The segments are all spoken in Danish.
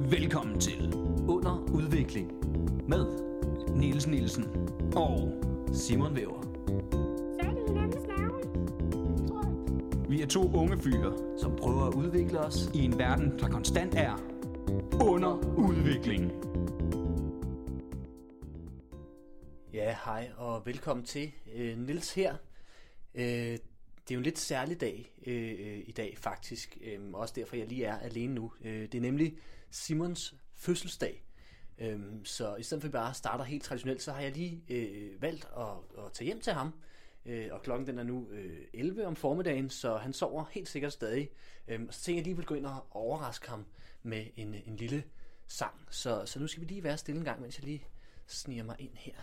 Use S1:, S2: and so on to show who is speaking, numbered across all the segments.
S1: Velkommen til Under Udvikling med Niels Nielsen og Simon Væver.
S2: Så er det hinandens navn. Tror jeg.
S1: Vi er to unge fyre
S3: som prøver at udvikle os.
S1: i en verden, der konstant er under udvikling.
S3: Ja, hej og velkommen til. Øh, Nils her. Øh, det er jo en lidt særlig dag øh, øh, i dag faktisk. Øh, også derfor jeg lige er alene nu. Øh, det er nemlig Simons fødselsdag. Øh, så i stedet for at vi bare starter helt traditionelt, så har jeg lige øh, valgt at, at tage hjem til ham. Øh, og klokken den er nu øh, 11 om formiddagen, så han sover helt sikkert stadig. Øh, og så tænker jeg lige, at jeg vil gå ind og overraske ham med en, en lille sang. Så, så nu skal vi lige være stille en gang, mens jeg lige sniger mig ind her.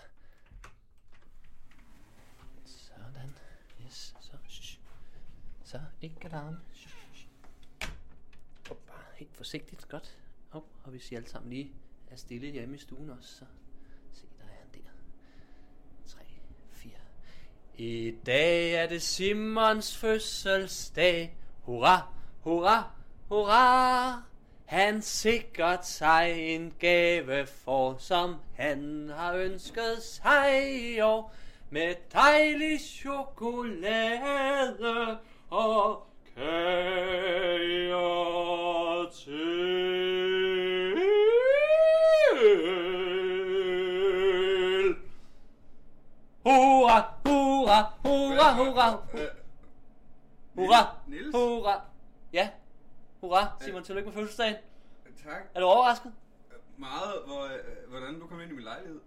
S3: Sådan. Yes. Så. Shh. Så. Ikke alarm. Hoppa. Helt forsigtigt. Godt. Hop. Og hvis I alle sammen lige er stille hjemme i stuen også, så se, der er han der. 3, 4. I dag er det Simons fødselsdag. Hurra, hurra, hurra. Han sikkert sig en gave for, som han har ønsket sig i år. Med dejlig chokolade og kager til. Hurra, hurra, hurra, hurra. Hurra,
S4: Øh, Niels?
S3: hurra. Ja, hurra. Simon, tillykke med fødselsdagen.
S4: Tak.
S3: Er du overrasket?
S4: Meget, hvor, øh, hvordan du kom ind i min lejlighed.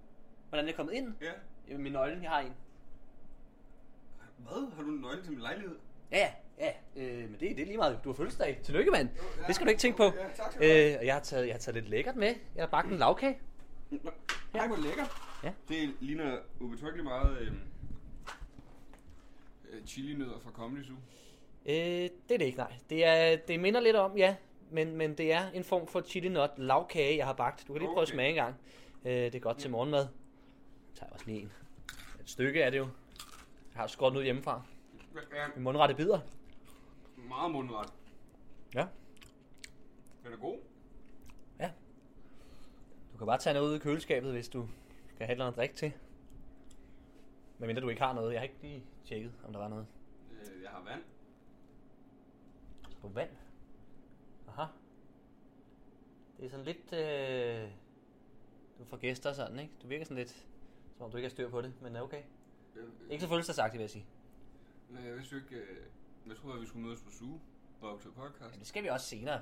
S3: Hvordan er jeg kommet ind?
S4: Ja.
S3: Jamen, Min nøgle, jeg har en.
S4: Hvad? Har du en nøgle til min lejlighed?
S3: Ja, ja, ja. Øh, men det, det er lige meget. Du har fødselsdag. Tillykke, mand.
S4: ja.
S3: Det skal du ikke tænke på.
S4: Ja, tak skal du
S3: øh, og jeg har, taget, jeg har taget lidt lækkert med. Jeg har bagt en lavkage.
S4: Nå, Ej, hvor lækkert.
S3: Ja.
S4: Det ligner ubetryggelig meget øh, øh, chilinødder fra Comedy Zoo.
S3: Øh, det er det ikke, nej. Det, er, det minder lidt om, ja. Men, men det er en form for chili nut lavkage, jeg har bagt. Du kan lige prøve at
S4: Okay.
S3: smage en gang. Øh, det er godt til morgenmad. Jeg tager også lige en. Et stykke er det jo. Jeg har skåret den ud hjemmefra.
S4: Ja,
S3: En mundrette bidder.
S4: meget mundret.
S3: Ja.
S4: Den er god.
S3: Du kan bare tage noget ud i køleskabet, hvis du skal have et eller andet drik til. Medmindre du ikke har noget. Jeg har ikke lige tjekket, om der var noget.
S4: Øh, jeg har vand.
S3: På vand? Aha. Det er sådan lidt... Øh... Du får gæster og sådan, ikke? Du virker sådan lidt, som om du ikke har styr på det, men er okay.
S4: Øh,
S3: Ikke så fødselsdagsagtigt, vil jeg sige.
S4: øh, jeg vidste jo ikke... Øh, jeg troede, at vi skulle mødes på Zoo og optage podcast.
S3: Men det skal vi også senere.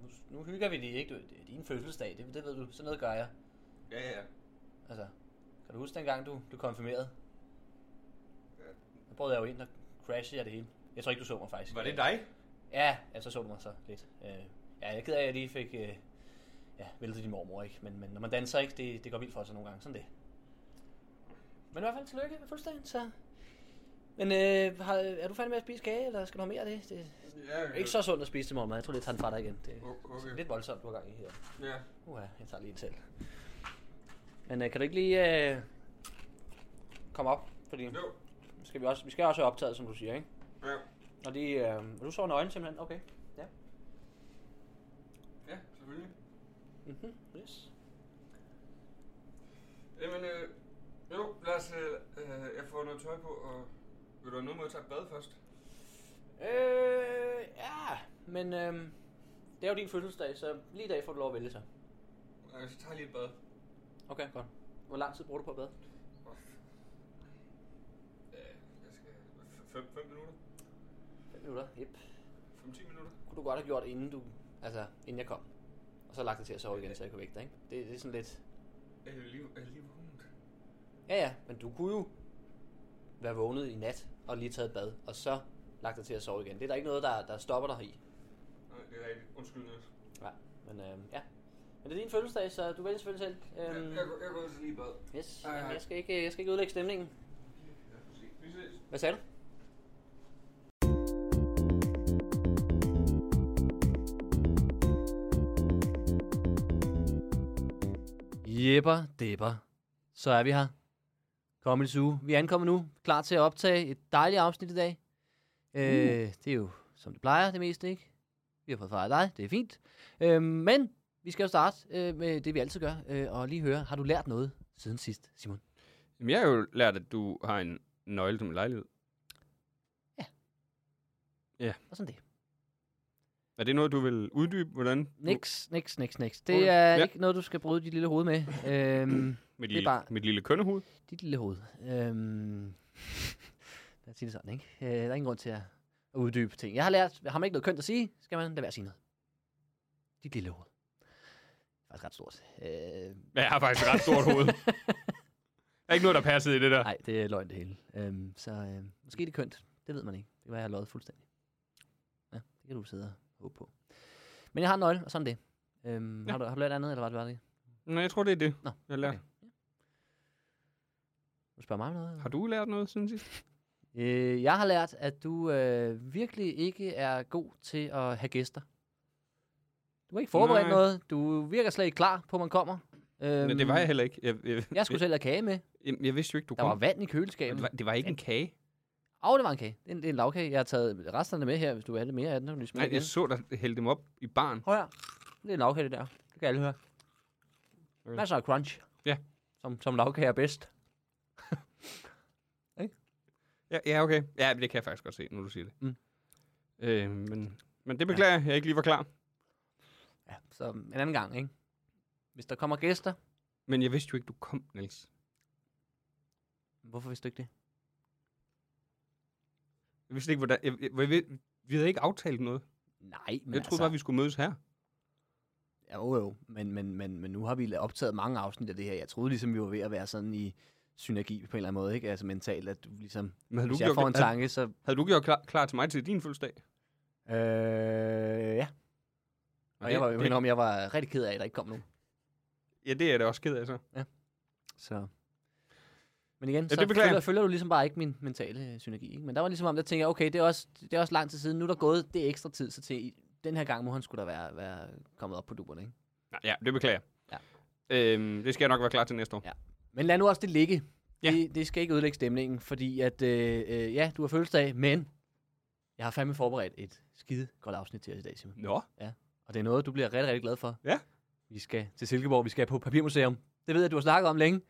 S3: Nu, nu hygger vi lige, ikke? Du, det er din fødselsdag, det, det ved du. Sådan noget gør jeg.
S4: Ja, ja, ja.
S3: Altså, kan du huske dengang, du blev konfirmeret?
S4: Ja.
S3: Der brød jeg jo ind, og crashede jeg det hele. Jeg tror ikke, du så mig faktisk.
S4: Var det dig?
S3: Ja, ja, så så du mig så lidt. Øh, ja, jeg er ked af, at jeg lige fik øh, ja, væltet din mormor, ikke? Men, men når man danser, ikke? Det, det går vildt for sig nogle gange. Sådan det. Men i hvert fald tillykke med fuldstændig, så... Men øh, har, er du færdig med at spise kage, eller skal du have mere af det? Det
S4: Ja,
S3: er ikke så sundt at spise til morgenmad. Jeg tror, det tager den fra dig igen. Det er
S4: O- okay.
S3: lidt voldsomt, du har gang i her.
S4: Ja.
S3: Uha, jeg tager lige en selv. Men øh, kan du ikke lige øh, komme op? Fordi
S4: Jo.
S3: skal vi, også, vi skal også have optaget, som du siger, ikke?
S4: Ja.
S3: Og det, øh, og du sover nøgen simpelthen? Okay. Ja.
S4: Ja, selvfølgelig.
S3: Mhm, yes.
S4: Jamen, øh, jo, lad os, øh, øh, jeg får noget tøj på, og vil du have noget med at tage et bad først?
S3: Øh, ja, men øhm, det er jo din fødselsdag, så lige i dag får du lov at vælge sig.
S4: Øh, så tager jeg lige et bad.
S3: Okay, godt. Hvor lang tid bruger du på at bade?
S4: Øh, jeg skal... 5 minutter?
S3: 5 minutter, yep.
S4: 5-10 minutter?
S3: Kunne du godt have gjort, inden du, altså, inden jeg kom. Og så lagt det til at sove igen, så jeg kunne vække dig, ikke? Det, det er sådan lidt...
S4: Er jeg lige, er jeg lige vågnet?
S3: Ja, ja, men du kunne jo være vågnet i nat og lige taget et bad, og så lagt dig til at sove igen. Det er der ikke noget, der, der stopper dig i.
S4: Nej, det er rigtigt. Undskyld, Niels.
S3: Nej, men øhm, ja. Men det er din fødselsdag, så du vælger selvfølgelig selv.
S4: Jeg,
S3: Øhm,
S4: jeg, går- jeg går altså lige i bad.
S3: yes,
S4: Ej, ej.
S3: jeg skal, ikke, jeg skal ikke ødelægge stemningen.
S4: Ja, se- vi ses.
S3: Hvad sagde du? Jepper, depper. Så er vi her. Comedy Zoo. Vi ankommer nu, klar til at optage et dejligt afsnit i dag. Mm. Øh, det er jo, som det plejer det meste, ikke? Vi har fået fejret dig, det er fint. Øh, men vi skal jo starte øh, med det, vi altid gør, øh, og lige høre, har du lært noget siden sidst, Simon?
S1: Jamen, jeg har jo lært, at du har en nøgle til min lejlighed.
S3: Og sådan det.
S1: Er det noget, du vil uddybe? Hvordan? du-
S3: Niks, niks, niks, niks.
S1: Okay.
S3: Det er
S1: Ja.
S3: ikke noget, du skal bryde dit lille hoved med. Øhm,
S1: Mit
S3: det er
S1: lille,
S3: bare-
S1: mit lille kønnehoved?
S3: dit lille hoved. Øhm, lad os sige det sådan, ikke? Øh, der er ingen grund til at at uddybe ting. Jeg har lært, har man ikke noget kønt at sige, skal man lade være at sige noget. Dit lille hoved. Det er faktisk ret stort. Øh,
S1: Ja, jeg har faktisk et ret stort hoved. Der er ikke noget, der passer i det der.
S3: nej, det er løgn det hele. Øhm, så øh, måske er det kønt. Det ved man ikke. Det var jeg har løjet fuldstændig. Ja, det kan du sidde og håbe på. Men jeg har en nøgle, og sådan er det. Øhm, ja.
S1: Ja.
S3: har, du, har du lært andet, eller var det bare det?
S1: Nej, jeg tror, det er det, Nå,
S3: Nå,
S1: jeg har lært.
S3: okay. Du spørger mig om noget? eller?
S1: Har du lært noget siden sidst?
S3: Øh, jeg har lært, at du øh, virkelig ikke er god til at have gæster. Du har ikke forberedt
S1: Nej.
S3: Nej. noget. Du virker slet ikke klar på, at man kommer. Øhm,
S1: Nå, det var jeg heller ikke. Jeg, jeg,
S3: Jeg skulle selv have kage med.
S1: jeg, jeg, jeg vidste jo ikke, du
S3: Der var
S1: kom.
S3: vand i
S1: det,
S3: køleskabet.
S1: var, det var ikke en kage.
S3: Åh, oh, det var en kage. Det er en, det er en lavkage. Jeg har taget resterne med her, hvis du vil have lidt mere af den. Så kan du lige smide
S1: Nej,
S3: det
S1: jeg
S3: igen.
S1: så dig hælde dem op i barn.
S3: Prøv her. Det er en lavkage, det der. Det kan alle høre.
S1: Okay.
S3: Masser af crunch.
S1: Ja.
S3: Som, som lavkage er bedst.
S1: Ja, ja, okay. Ja, det kan jeg faktisk godt se, når du siger det.
S3: Mm.
S1: Øh, men, men det beklager jeg. Jeg ikke lige var klar.
S3: Ja, så en anden gang, ikke? Hvis der kommer gæster,
S1: Men jeg vidste jo ikke, du kom, Niels.
S3: hvorfor vidste du ikke det?
S1: Jeg vidste ikke, hvordan... Jeg, jeg, jeg, ved- vi havde ikke aftalt noget.
S3: Nej, men
S1: jeg troede
S3: altså...
S1: bare, vi skulle mødes her.
S3: Ja, jo, jo. Men, men, men, men nu har vi la- optaget mange afsnit af det her. Jeg troede ligesom, vi var ved at være sådan i synergi på en eller anden måde, ikke? Altså mentalt, at du ligesom...
S1: Men havde, du
S3: Hvis jeg
S1: gjort,
S3: får en
S1: havde,
S3: tanke, så...
S1: havde du gjort klar, klar til mig til din fødselsdag?
S3: Øh, ja. Og
S1: det-
S3: jeg var
S1: det-
S3: jo om, jeg var rigtig ked af, at der ikke kom nogen.
S1: Ja, det er jeg da også ked af, så.
S3: Så... Men igen,
S1: Ja,
S3: så
S1: det beklager
S3: følger,
S1: jeg.
S3: følger, du ligesom bare ikke min mentale øh, synergi. Ikke? Men der var ligesom om, der tænker jeg, okay, det er, også, det er også lang tid siden. Nu er der gået det ekstra tid, så til den her gang må han skulle da være, være kommet op på duberne. Ikke?
S1: Nej, ja, det beklager jeg.
S3: Ja.
S1: Øhm, det skal jeg nok være klar til næste år.
S3: Ja. Men lad nu også det ligge.
S1: Ja.
S3: Det, det skal ikke ødelægge stemningen, fordi at, øh, øh, ja, du har fødselsdag, men jeg har fandme forberedt et skide godt afsnit til os i dag, Simon.
S1: Nå,
S3: Og det er noget, du bliver rigtig, rigtig glad for.
S1: Ja.
S3: Vi skal til Silkeborg, vi skal på Papirmuseum. Det ved jeg, du har snakket om længe.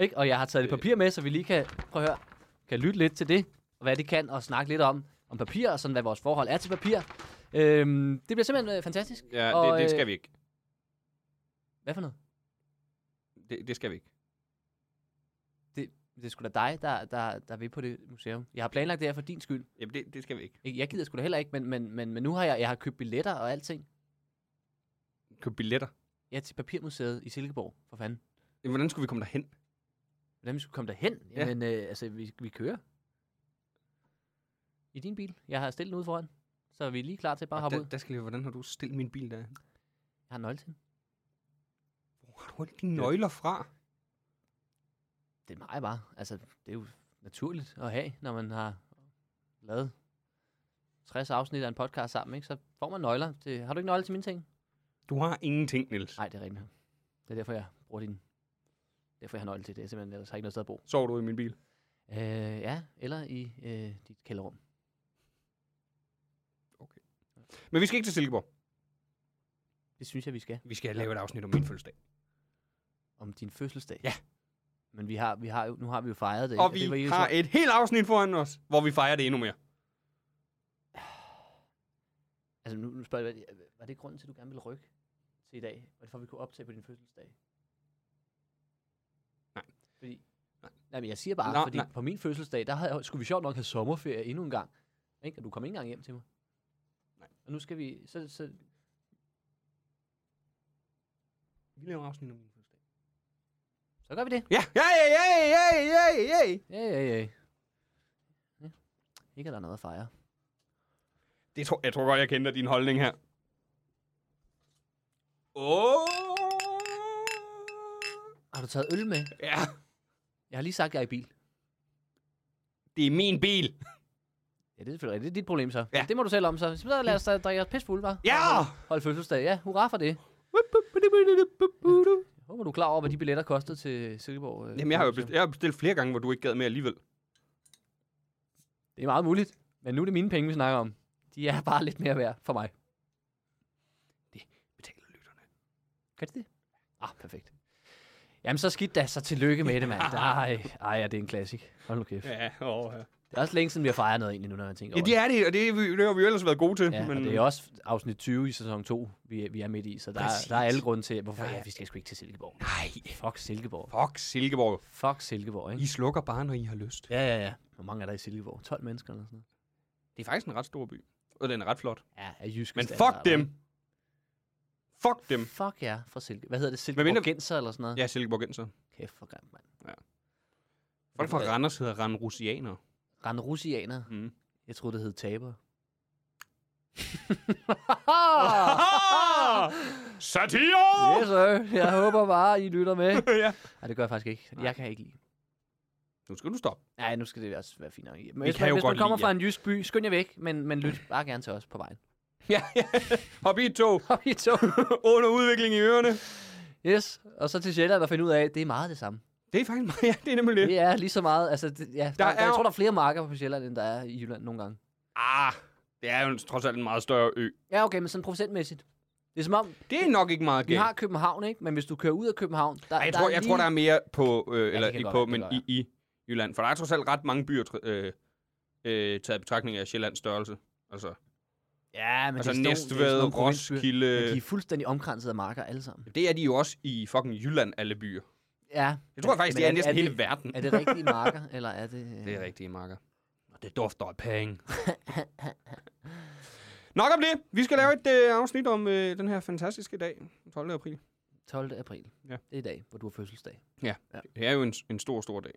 S3: Ikke? Og jeg har taget lidt
S1: Øh.
S3: papir med, så vi lige kan, prøv at høre, kan lytte lidt til det, og hvad det kan, og snakke lidt om, om papir, og sådan, hvad vores forhold er til papir. Øhm, det bliver simpelthen øh, fantastisk.
S1: ja,
S3: Og,
S1: det,
S3: øh,
S1: det skal vi ikke.
S3: Hvad for noget?
S1: Det, det skal vi ikke.
S3: Det er sgu da dig, der, der, der er ved på det museum. Jeg har planlagt det her for din skyld.
S1: Jamen, det, det skal vi ikke.
S3: Ikke- Jeg gider sgu da heller ikke, men, men, men, men nu har jeg, jeg har købt billetter og alting.
S1: Køb billetter.
S3: Ja, til Papirmuseet i Silkeborg, for fanden.
S1: Jamen, hvordan skulle vi komme derhen?
S3: Hvordan vi skulle komme derhen?
S1: Ja.
S3: Jamen, øh, altså, vi, vi kører. I din bil. Jeg har stillet den ude foran. Så er vi lige klar til bare at
S1: Og
S3: hoppe
S1: der,
S3: ud.
S1: der skal jeg, hvordan har du stillet min bil der? Hvor
S3: Jeg har en nøgle til den.
S1: har du alle dine nøgler fra?
S3: Det er mig bare. Altså, det er jo naturligt at have, når man har lavet 60 afsnit af en podcast sammen, ikke? Så får man nøgler. Til, har du ikke nøgler til mine ting?
S1: Du har ingenting, Niels.
S3: Nej, det er rigtigt. Det er derfor, jeg bruger din... Derfor, jeg har nøgle til det. Jeg simpelthen ellers har jeg ikke noget sted at bo.
S1: Sov du i min bil?
S3: Øh, ja, eller i øh, dit kælderrum.
S1: Men vi skal ikke til Silkeborg.
S3: Det synes jeg, vi skal.
S1: Vi skal lave et afsnit om min fødselsdag.
S3: Om din fødselsdag.
S1: Ja.
S3: Men vi har, vi har jo, nu har vi jo fejret det.
S1: Og
S3: ikke?
S1: vi
S3: det var I jo
S1: har
S3: så-
S1: et helt afsnit foran os, hvor vi fejrer det endnu mere.
S3: Altså nu, nu spørger jeg, hvad- var det grunden til, at du gerne ville rykke til i dag? Var det for, at vi kunne optage på din fødselsdag?
S1: Nej.
S3: Fordi,
S1: Nej.
S3: nej, men jeg siger bare,
S1: Nå,
S3: fordi
S1: nej.
S3: på min fødselsdag, der havde, jeg- skulle vi sjovt nok have sommerferie endnu en gang. Ikke? Og du kom ikke engang hjem til mig.
S1: Nej.
S3: Og nu skal vi, så, så
S1: Vi laver afsnit om min fødselsdag.
S3: Så gør vi det.
S1: Ja, ja, ja, ja, ja, ja, ja.
S3: Ja, ja, ja. ja. Ikke, at der er noget at fejre.
S1: Det tror, jeg tror godt, jeg kender din holdning her. Åh!
S3: Har du taget øl med?
S1: Ja,
S3: Jeg har lige sagt, at jeg er i bil.
S1: det er min bil.
S3: Ja, det er selvfølgelig rigtigt. Det er dit problem så.
S1: Ja.
S3: Ja. Det må du selv om så. Så lad os da drikke os pis fulde, hva'?
S1: Ja!
S3: Og holde- Holde fødselsdag. Ja, hurra for det. Jeg håber, du er klar over, hvad de billetter kostede til Silkeborg. øh,
S1: Jamen, jeg har jo
S3: Museum.
S1: bestilt, jeg har bestilt flere gange, hvor du ikke gad med alligevel.
S3: Det er meget muligt, men nu er det mine penge, vi snakker om. De er bare lidt mere værd for mig.
S1: Betaler lytterne.
S3: Kan det det? Ah, perfekt. Jamen, så skidt da, så tillykke med det, mand. Ej, ej, ja, det er en klassik. Hold nu kæft.
S4: Ja, åh, ja.
S3: Det er også længe siden, vi har fejret noget egentlig nu, når jeg tænker
S4: ja,
S3: over
S4: det er det, og det, det har vi jo ellers været gode til.
S3: Ja, men... og det er også afsnit 20 i sæson 2, vi, er- vi er midt i, så der, er- der er alle grunde til, hvorfor ja. Ja, vi skal sgu ikke til Silkeborg.
S4: Nej,
S3: Fuck Silkeborg.
S4: fuck Silkeborg.
S3: Fuck Silkeborg, ikke?
S4: I slukker bare, når I har lyst.
S3: Ja, ja, ja. Hvor mange er der i Silkeborg? 12 mennesker eller sådan noget?
S4: Det er faktisk en ret stor by, og den er ret flot.
S3: Ja, er jyske
S4: Men
S3: standarder,
S4: fuck dem!
S3: ikke?
S4: Fuck dem!
S3: Fuck ja, fra Silke. Hvad hedder det?
S4: Hvad mener
S3: Silkeborg
S4: du?
S3: Genser eller sådan noget?
S4: Ja, Silkeborgenser.
S3: Kæft for grimt, mand.
S4: Folk fra Randers hedder Randrusianer.
S3: Randrusianer.
S4: Mm.
S3: Jeg troede, det hed taber.
S4: Satire!
S3: yes, sir. Jeg håber bare, I lytter med.
S4: ja.
S3: Nej, det gør jeg faktisk ikke. Jeg kan ikke lide.
S4: Nu skal du stoppe.
S3: Nej, nu skal det også være fint nok. Men
S4: Vi
S3: hvis
S4: kan
S3: man,
S4: jo
S3: hvis
S4: godt
S3: man kommer
S4: lide
S3: fra
S4: jer.
S3: en jysk by, skynd jer væk, men, men lyt bare gerne til os på vejen.
S4: Ja, ja. Hop i et tog.
S3: Kom i tog.
S4: Under udvikling i ørerne.
S3: Yes, og så til Sjælland og finde ud af, at det er meget det samme.
S4: Det er faktisk meget. Ja, det er nemlig det.
S3: Det er lige så meget, altså det, ja, der, der,
S4: er
S3: jeg
S4: jo-
S3: tror, der er flere marker på Sjælland, end der er i Jylland nogle gange.
S4: Ah, det er jo en- trods alt en meget større ø.
S3: Ja, okay, men sådan procentmæssigt. Det er som om, okay.
S4: Det er nok ikke meget
S3: vi
S4: galt.
S3: har København, ikke? Men hvis du kører ud af København, der,
S4: Ej, jeg,
S3: der
S4: tror,
S3: er
S4: jeg
S3: lige...
S4: tror, der er mere på, øh, eller
S3: kan
S4: ikke
S3: godt
S4: på,
S3: være, det
S4: men
S3: kan
S4: i,
S3: godt
S4: i Jylland. For der er trods alt ret mange byer, tr- øh, øh, taget i betragtning af Sjællands størrelse. Altså,
S3: Ja, men
S4: altså
S3: det er sådan nogle- det er sådan
S4: Næstved,
S3: nogle provinsbyer. Men
S4: Roskilde.
S3: de er fuldstændig omkranset af marker alle sammen.
S4: Det er de jo også i fucking Jylland, alle byer.
S3: Ja.
S4: Jeg tror faktisk, det er næsten
S3: det,
S4: hele verden.
S3: Er det rigtige marker, eller er det... øh,
S4: Det er rigtige marker. Og det dufter af penge. Nok om det. Vi skal lave et øh, afsnit om øh, den her fantastiske dag, den 12. april.
S3: 12. april.
S4: Ja.
S3: Det er i dag, hvor du har fødselsdag.
S4: Det er jo en, en stor, stor dag.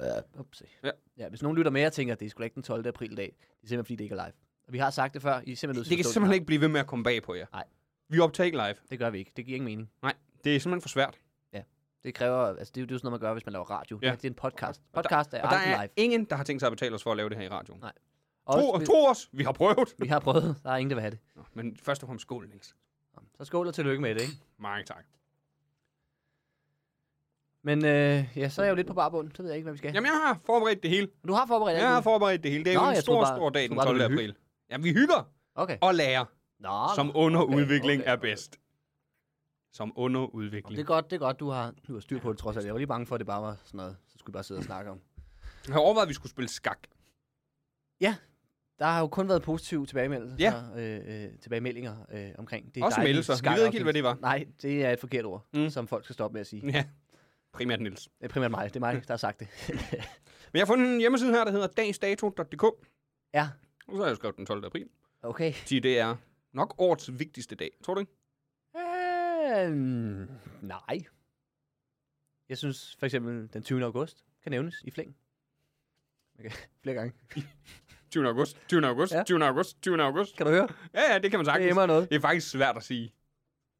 S3: Ja. Upsi.
S4: Ja.
S3: Ja. ja. hvis nogen lytter med og tænker, at det er sgu da ikke den 12. april i dag, det er simpelthen, fordi det ikke er live. Og vi har sagt det før, I er simpelthen nødt til
S4: Det
S3: at
S4: kan
S3: forstå,
S4: simpelthen ikke blive ved med at komme bag på jer.
S3: Nej.
S4: Vi optager ikke live.
S3: har- Det gør vi ikke. Det giver ingen mening.
S4: Nej, det er simpelthen for svært.
S3: Det kræver, altså det er jo, det er jo sådan noget, man gør, hvis man laver radio.
S4: Ja.
S3: Ja. Det er en podcast. Podcast er
S4: Og der
S3: aldrig
S4: er
S3: live.
S4: ingen, der har tænkt sig at betale os for at lave det her i radioen.
S3: Nej.
S4: Tro,
S3: vi,
S4: tro os, vi har prøvet.
S3: vi har prøvet. Der er ingen, der vil have det.
S4: Nå, men først og fremmest skål, Niels.
S3: Så skål og tillykke med det, ikke?
S4: Mange tak.
S3: Men øh, ja, så er jeg jo lidt på barbund. Så ved jeg ikke, hvad vi skal.
S4: Jamen, jeg har forberedt det hele.
S3: Du har forberedt
S4: Jeg
S3: alt
S4: har
S3: muligt.
S4: forberedt det hele. Det er
S3: Nå,
S4: jo en
S3: jeg
S4: stor,
S3: troede bare-
S4: stor dag
S3: jeg
S4: den
S3: troede bare, du
S4: 12.
S3: ville
S4: april. Jamen, vi hygger
S3: Okay.
S4: og lærer,
S3: Nå,
S4: som
S3: nå.
S4: under
S3: okay,
S4: udvikling
S3: okay,
S4: er
S3: okay.
S4: bedst. Som under udvikling.
S3: Det er godt, det er godt, du har, du har styr på det trods alt. Jeg var lige bange for, at det bare var sådan noget, så skulle vi bare sidde og snakke om.
S4: Jeg har overvejet, at vi skulle spille skak.
S3: Der har jo kun været positive tilbagemeldelser,
S4: Ja.
S3: øh, øh, tilbagemeldinger øh, omkring det.
S4: Også
S3: dejlige
S4: meldelser. Vi
S3: skak-
S4: ved ikke helt, hvad det var.
S3: Nej, det er et forkert ord,
S4: Mm.
S3: mm. som folk skal stoppe med at sige.
S4: Ja, primært Niels.
S3: Det er primært mig. Det er mig, der har sagt det.
S4: Men jeg har fundet en hjemmeside her, der hedder dagsdato.dk.
S3: ja,
S4: Og så har jeg jo skrevet den 12. april.
S3: okay.
S4: Fordi det er nok årets vigtigste dag. Tror du ikke?
S3: Øh, nej. Jeg synes for eksempel, den 20. august kan nævnes i flæng. Okay. Flere gange.
S4: 20. august, 20. august,
S3: Ja.
S4: 20. august, 20. august.
S3: Kan du høre?
S4: Ja, ja, det kan man
S3: Det
S4: sagtens.
S3: emmer noget.
S4: Det er faktisk svært at sige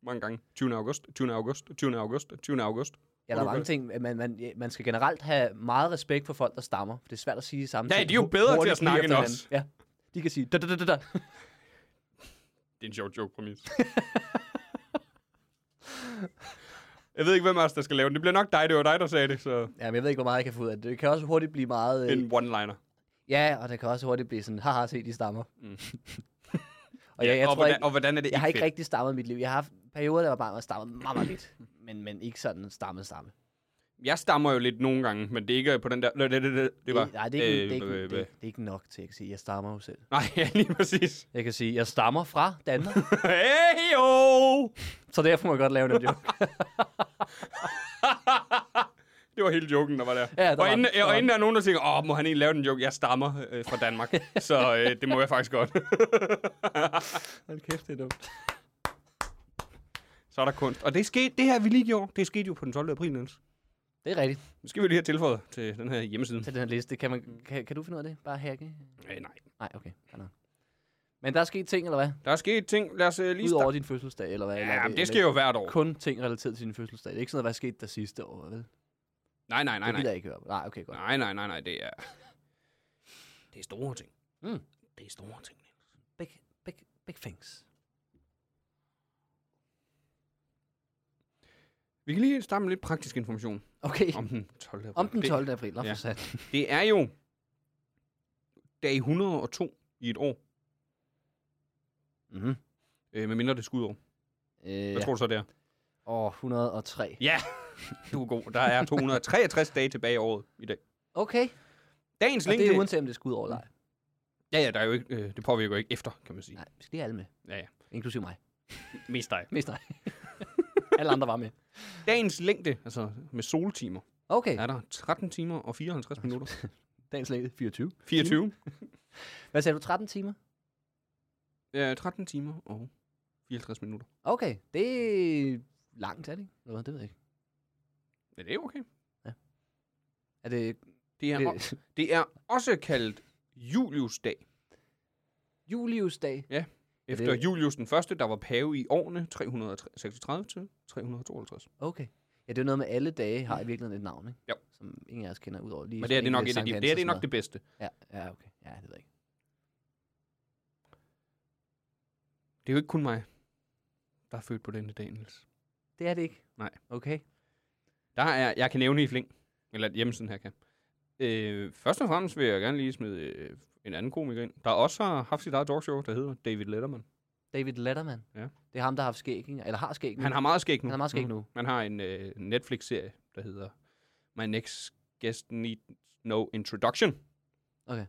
S4: mange gange. 20. august, 20. august, 20. august, 20. august.
S3: Ja, der er mange ting. at Man, man, ja, man skal generelt have meget respekt for folk, der stammer. For det er svært at sige samme
S4: Ja,
S3: ting
S4: de er jo
S3: hu-
S4: bedre til at
S3: hurtigt lige
S4: snakke end
S3: efter
S4: os.
S3: hinanden. Ja, de kan sige da, da, da, da, da.
S4: Det er en sjov joke, præmis. jeg ved ikke, hvem af os, der skal lave den. Det bliver nok dig, det var dig, der sagde det, så
S3: Ja, men jeg ved ikke, hvor meget jeg kan få ud af det. Det kan også hurtigt blive meget... Øh,
S4: en one-liner.
S3: ja, og det kan også hurtigt blive sådan, haha, se, de stammer. Mm. og jeg, jeg
S4: og,
S3: tror
S4: hvordan,
S3: ikke,
S4: og hvordan er det
S3: jeg har ikke
S4: fedt?
S3: rigtig stammet i mit liv. Jeg har haft perioder, der var bare stammet meget, meget lidt. Men, men ikke sådan stammet, stammet.
S4: Jeg stammer jo lidt nogle gange, men det er ikke på den der... Det, det, det, det var...
S3: nej, det er, ikke, det,
S4: øh,
S3: er ikke,
S4: øh,
S3: det, er, det er ikke nok til, at jeg kan sige, jeg stammer jo selv.
S4: Nej, ja, lige præcis.
S3: Jeg kan sige, jeg stammer fra Danmark,
S4: Hey, yo!
S3: så derfor må jeg godt lave den joke.
S4: Det var hele joken, der var der.
S3: der
S4: og,
S3: var
S4: inden,
S3: den. Der var
S4: og
S3: den.
S4: inden der er nogen, der tænker, åh, må han egentlig lave den joke? Jeg stammer øh, fra Danmark, så øh, det må jeg faktisk godt.
S3: Hold kæft, det er dumt.
S4: så er der kunst. Og det, er sket, det her, vi lige gjorde, det skete jo på den 12. april, Niels.
S3: Det er rigtigt.
S4: Nu skal vi lige have tilføjet til den her hjemmeside.
S3: Til den her liste, kan, man, kan, kan du finde ud af det? Bare hacke?
S4: Øh, nej.
S3: Nej, okay. Fair nok. Men der er sket ting, eller hvad?
S4: Der er sket ting. Lad os øh, lige
S3: Udover
S4: starte.
S3: din fødselsdag, eller hvad? eller er
S4: Ja, men det
S3: eller
S4: sker jo hvert år.
S3: Kun ting relateret til din fødselsdag. Det er ikke sådan noget, hvad der skete der sidste år, vel?
S4: Nej, nej, nej,
S3: det gider
S4: nej.
S3: jeg ikke høre. på. Nej, okay, godt.
S4: Nej, nej, nej, nej, det er... Det er store ting.
S3: Mm.
S4: Det er store ting.
S3: Big, big, big things.
S4: Vi kan lige starte med lidt praktisk information
S3: Okay.
S4: om den 12. april.
S3: Om den
S4: Det-
S3: 12. april, ja.
S4: Ja.
S3: for sat.
S4: Det er jo dag 102 i et år,
S3: Mm-hmm.
S4: Mm-hmm. øh, medmindre det er skudår.
S3: Øh,
S4: Hvad tror du så, det er?
S3: Åh, 103.
S4: Ja, du er god. Der er 263 dage tilbage i året i dag.
S3: Okay.
S4: Dagens
S3: Og
S4: længde...
S3: det er uanset om det er skud over eller ej.
S4: Mm. Ja, ja, der er jo ikke, øh, det påvirker jo ikke efter, kan man sige.
S3: Nej, vi skal lige have alle med.
S4: Ja, ja.
S3: Inklusiv mig.
S4: Mest dig.
S3: Mest dig. alle andre var med.
S4: Dagens længde, altså med soltimer,
S3: Okay.
S4: er der 13 timer og 54 minutter.
S3: Dagens længde, 24.
S4: 24.
S3: Hvad sagde du, 13 timer?
S4: Ja, 13 timer og 54 minutter.
S3: Okay, det er langt, er det ikke? Eller hvad, det ved jeg ikke.
S4: Ja, det er okay.
S3: Er det,
S4: Det er, det...
S3: det
S4: Det er også kaldt Juliusdag.
S3: Juliusdag?
S4: Efter
S3: det-
S4: Julius den første, der var pave i årene 336 til 352.
S3: Okay. Ja, det er noget med, alle dage har i virkeligheden et navn, ikke?
S4: Jo.
S3: Som ingen af os kender ud over lige.
S4: Men det her det er nok, et af de, det, her, det, er nok det bedste.
S3: Ja, ja, okay. Ja, det ved jeg ikke.
S4: Det er jo ikke kun mig, der er født på denne dag, Niels.
S3: Det er det ikke.
S4: Nej.
S3: Okay.
S4: Der er, jeg kan nævne i fling, eller at hjemmesiden her kan. Øh, først og fremmest vil jeg gerne lige smide øh, en anden komiker ind, der også har haft sit eget talkshow, der hedder David Letterman.
S3: David Letterman.
S4: Ja.
S3: Det er ham, der har haft skæg, ikke? Eller har skæg nu.
S4: Han har meget skæg
S3: Mm.
S4: nu.
S3: Han har meget skæg
S4: Mhm.
S3: nu.
S4: Han har en øh, Netflix-serie, der hedder My Next Guest Need No Introduction.
S3: Og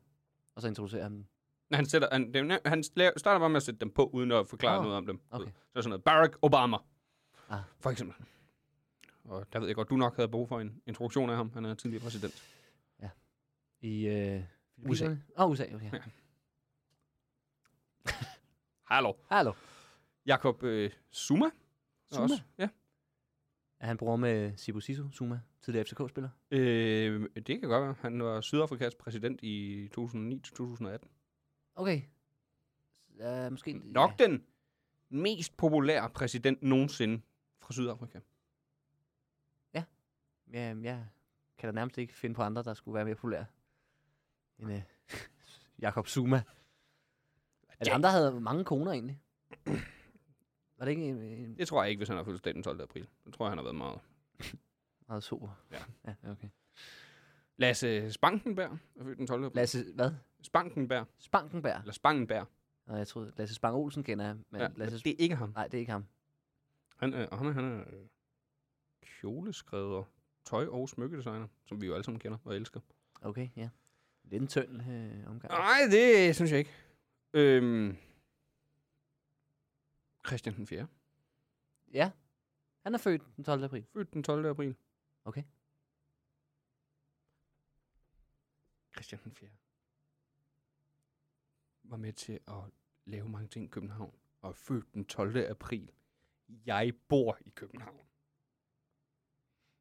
S3: så introducerer han dem.
S4: Nej, Han, sætter, han, det, er jo næ- han laver, starter bare med at sætte dem på, uden at forklare
S3: Nå,
S4: oh, noget om dem.
S3: okay.
S4: Så er det sådan noget, Barack Obama,
S3: Ah.
S4: ah. for eksempel. Og der ved jeg godt, du nok havde brug for en introduktion af ham. Han er tidligere præsident.
S3: I øh,
S4: USA.
S3: Filippinerne? Åh, oh, USA, okay. Ja.
S4: Hallo.
S3: Hallo.
S4: Jakob øh, Zuma. er
S3: Zuma?
S4: Også, ja.
S3: Er han bror med Sibu Sisu, Zuma, tidligere FCK-spiller?
S4: Øh, det kan godt være. Han var Sydafrikas præsident i 2009-2018.
S3: Okay. Uh, måske...
S4: Nok
S3: Ja.
S4: den mest populære præsident nogensinde fra Sydafrika.
S3: Ja, jeg kan da nærmest ikke finde på andre, der skulle være mere populære end øh, Jakob Zuma. Er det
S4: Ja.
S3: ham, der havde mange koner egentlig? Var det ikke en, en
S4: Det tror jeg ikke, hvis han har fødselsdag den 12. april. Det tror jeg, han har været meget.
S3: meget super?
S4: Ja.
S3: ja okay.
S4: Lasse Spankenberg er født den 12. april.
S3: Lasse, hvad?
S4: Spankenberg.
S3: Spankenberg?
S4: Eller Spangenberg.
S3: Nå, jeg troede, Lasse Spang Olsen kender jeg, men ja, Lasse...
S4: det er ikke ham.
S3: Nej, det er ikke ham.
S4: Han er, og ham, er- han er øh, kjoleskrædder, tøj- og smykkedesigner, som vi jo alle sammen kender og elsker.
S3: Okay, ja. Det er en tynd øh, omgang.
S4: Nej, det synes jeg ikke. Øhm, Christian den 4.
S3: Ja. Han er født den 12. april.
S4: Født den 12. april.
S3: Okay.
S4: Christian den 4. Var med til at lave mange ting i København. Og er født den 12. april. Jeg bor i København.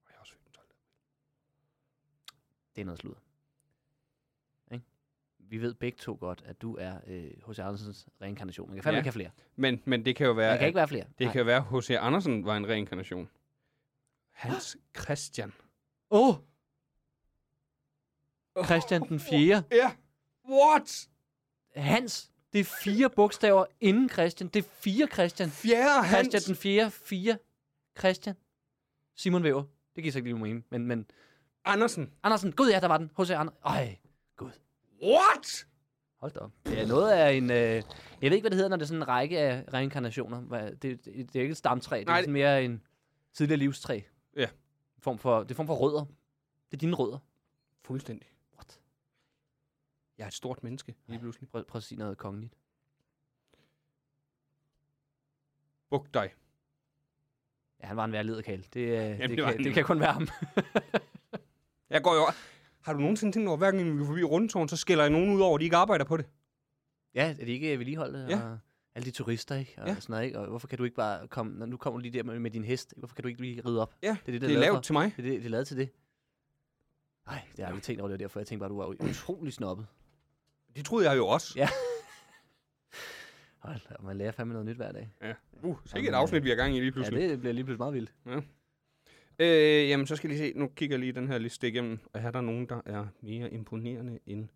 S4: Og jeg er også født den 12.
S3: Det er noget sludder. Ikke? Vi ved begge to godt, at du er øh, H.C. Andersens reinkarnation. Man kan fandme
S4: Ja.
S3: ikke have flere.
S4: Men, men det kan jo være,
S3: Man kan
S4: at-
S3: ikke være flere.
S4: Det
S3: Nej.
S4: kan jo være, at H.C. Andersen var en reinkarnation. Hans Christian.
S3: Åh! Oh! Christian den 4.
S4: Ja. What?
S3: Hans! Det er fire bogstaver inden Christian. Det er fire Christian.
S4: Fjerde Hans.
S3: Christian den 4. Fire. Christian. Simon Væver. Det giver sig ikke lige nogen mening, men, men
S4: Andersen.
S3: Andersen. Gud ja, der var den. H.C. Andersen. Ej, gud.
S4: What?
S3: Hold da op. Det er noget af en... Øh, jeg ved ikke, hvad det hedder, når det er sådan en række af reinkarnationer. Hvad- Det, det, det er ikke et stamtræ. Det
S4: Nej,
S3: er
S4: det-
S3: sådan mere en tidligere livstræ.
S4: Ja.
S3: En Form for, det er en form for rødder. Det er dine rødder.
S4: Fuldstændig.
S3: What?
S4: Jeg er et stort menneske, lige pludselig.
S3: Prøv, prøv at sige noget kongeligt.
S4: Buk dig.
S3: Ja, han var en værre lederkæl. Det, øh, det,
S4: det
S3: det,
S4: var
S3: kan,
S4: han
S3: det
S4: jo.
S3: kan kun være ham.
S4: Jeg går jo... Har du nogensinde tænkt over, hver gang vi går forbi rundtårn, så skælder jeg nogen ud over, at de ikke arbejder på det?
S3: ja, er det ikke vedligeholdet?
S4: Ja.
S3: Og alle de turister, ikke? Og
S4: Ja.
S3: ja. sådan noget, ikke? Og hvorfor kan du ikke bare komme... Når nu kommer du lige der med, med din hest. Hvorfor kan du ikke lige ride op?
S4: Ja,
S3: det er det, der
S4: Det er lavet til mig.
S3: Det er, det, det er lavet til det. Nej, det har jeg aldrig tænkt over. Det var derfor, jeg tænkte bare, du var utrolig snobbet.
S4: Det troede jeg jo også.
S3: Ja. Hold da, op, man lærer fandme noget nyt hver dag.
S4: ja. Uh, sikkert
S3: Jamen,
S4: et afsnit, vi har gang i lige
S3: Ja,
S4: pludselig.
S3: det bliver lige pludselig meget vildt.
S4: Øh, jamen, så skal jeg lige se. Nu kigger jeg lige den her liste igennem. Og er der nogen, der er mere imponerende end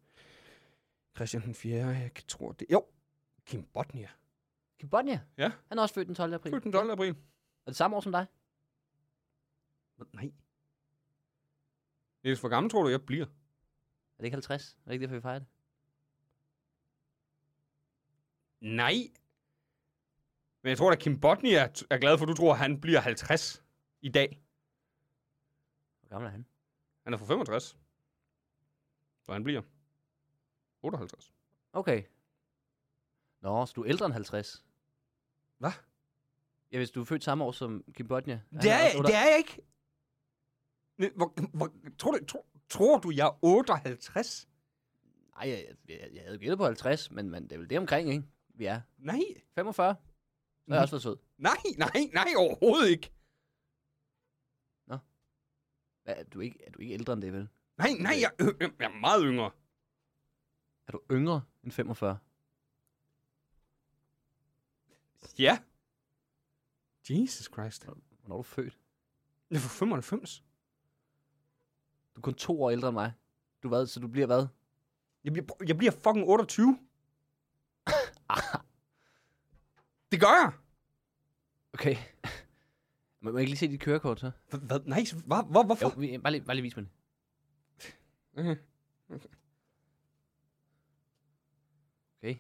S4: Christian den 4. Jeg tror det. Jo, Kim Botnia.
S3: Kibonja?
S4: Ja.
S3: Han er også født den 12. april.
S4: Født den 12. april.
S3: Er det samme år som dig?
S4: Nej. Niels, hvor gammel tror du, jeg bliver?
S3: Er det ikke 50? Er det ikke derfor, vi fejrer det?
S4: Nej. Men jeg tror da, Kim Botnia er, er glad for, at du tror, at han bliver 50 i dag.
S3: Hvor gammel er han?
S4: Han er fra 65. Så han bliver 58.
S3: Okay. Nå, så du er ældre end 50.
S4: Hvad?
S3: Ja, hvis du er født samme år som Kim Bodnia. er han
S4: Det
S3: også
S4: er,
S3: otte-
S4: det er jeg ikke. Men Hvor, hvor, tror, du, tror, tror du, jeg er 58?
S3: Ej, jeg, jeg, jeg havde gættet på 50, men, men det er vel det omkring, ikke? Vi er
S4: Nej,
S3: 45. Så
S4: Mhm.
S3: har jeg også været sød.
S4: nej, nej, nej, overhovedet ikke.
S3: Hvad, Er du, ikke, er du ikke ældre end det, vel?
S4: Nej, nej, jeg, øh, øh, jeg er meget yngre.
S3: Er du yngre end 45?
S4: Ja. Jesus Christ.
S3: Hvornår er du født?
S4: Jeg er fra 95.
S3: Du er kun to år ældre end mig. Du hvad, så du bliver hvad?
S4: Jeg bliver, jeg bliver fucking 28. det gør jeg.
S3: Okay. Må må jeg ikke lige se dit kørekort, så?
S4: Hva- Hvad? Nej, så- hva, hvor,
S3: Jo,
S4: hvorfor?
S3: vi, bare, lige, bare lige vis mig det.
S4: Okay.
S3: Okay. Det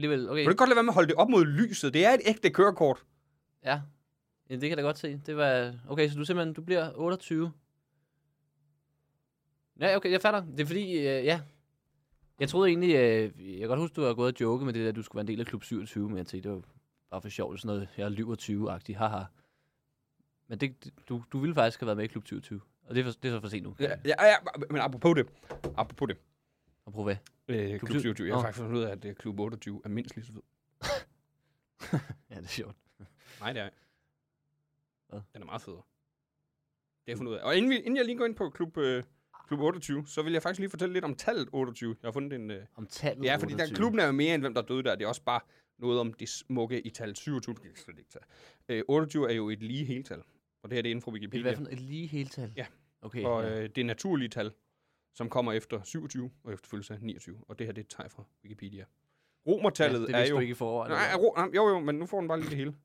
S3: er alligevel... Okay.
S4: Vil du ikke godt lade være med at holde det op mod lyset? Det er et ægte kørekort.
S3: Ja. ja. det kan jeg da godt se. Det var... Okay, så du simpelthen... Du bliver 28. Ja, okay, jeg fatter. Det er fordi, øh, ja... Jeg troede egentlig... Øh, jeg kan godt huske, du har gået og joket med det der, at du skulle være en del af Klub 27, men jeg tænkte, det var bare for sjovt. Sådan noget, jeg lyver 20-agtigt, haha. Men det, det- du, du ville faktisk have været med i Klub 27. Og det er, for, det er så for sent nu.
S4: Ja, ja, ja, men apropos det. Apropos det.
S3: Og prøv hvad.
S4: Øh, klub
S3: syv-
S4: 27. Jeg har
S3: Nå.
S4: faktisk fundet ud af, at øh, klub 28 er mindst lige så fed.
S3: Ja, det er sjovt.
S4: Nej, det er jeg.
S3: Hvad?
S4: Den er meget federe. Det har jeg fundet ud af. Og inden, vi, inden jeg lige går ind på klub, øh, klub 28, så vil jeg faktisk lige fortælle lidt om tallet 28. Jeg har fundet en... Øh,
S3: Om tallet
S4: ja, fordi der,
S3: 28.
S4: klubben er jo mere end hvem, der døde der. Det er også bare noget om det smukke i tallet 27. Det kan jeg slet ikke tage. Øh, 28 er jo et lige heltal. Og det her det er inden for
S3: Det er i
S4: Wikipedia.
S3: hvert fald et lige heltal.
S4: Ja.
S3: Okay.
S4: Og
S3: ja.
S4: øh, det er naturlige tal, som kommer efter 27 og efterfølgelse af 29. Og det her, det er et tegn fra Wikipedia. Romertallet
S3: det
S4: er
S3: vidste
S4: jo...
S3: du ikke i forvejen.
S4: Nej,
S3: eller
S4: ro, nej, jo, jo, men nu får den bare lige det hele.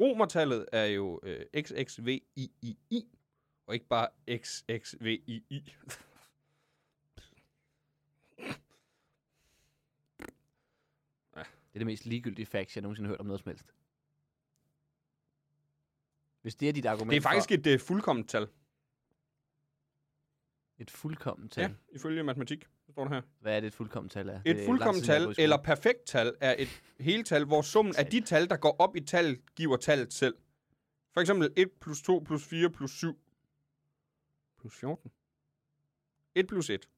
S4: Romertallet er jo øh, XXVIII, og ikke bare XXVII.
S3: Det er det mest ligegyldige facts, jeg nogensinde har hørt om noget som helst. Hvis det er dit argument
S4: Det er faktisk
S3: for
S4: et øh, fuldkomment tal.
S3: et fuldkomment tal,
S4: Ja,
S3: ja.
S4: ifølge matematik. Så står det her.
S3: hvad er det et fuldkomment tal er? Det er Øh,
S4: Et
S3: lang tid
S4: fuldkomment
S3: siden, jeg har
S4: tal
S3: gået i
S4: eller
S3: skole.
S4: perfekt tal er et heltal, hvor summen af de tal, der går op i tallet, giver tallet selv. For eksempel 1 plus 2 plus 4 plus 7 plus 14. 1 plus 1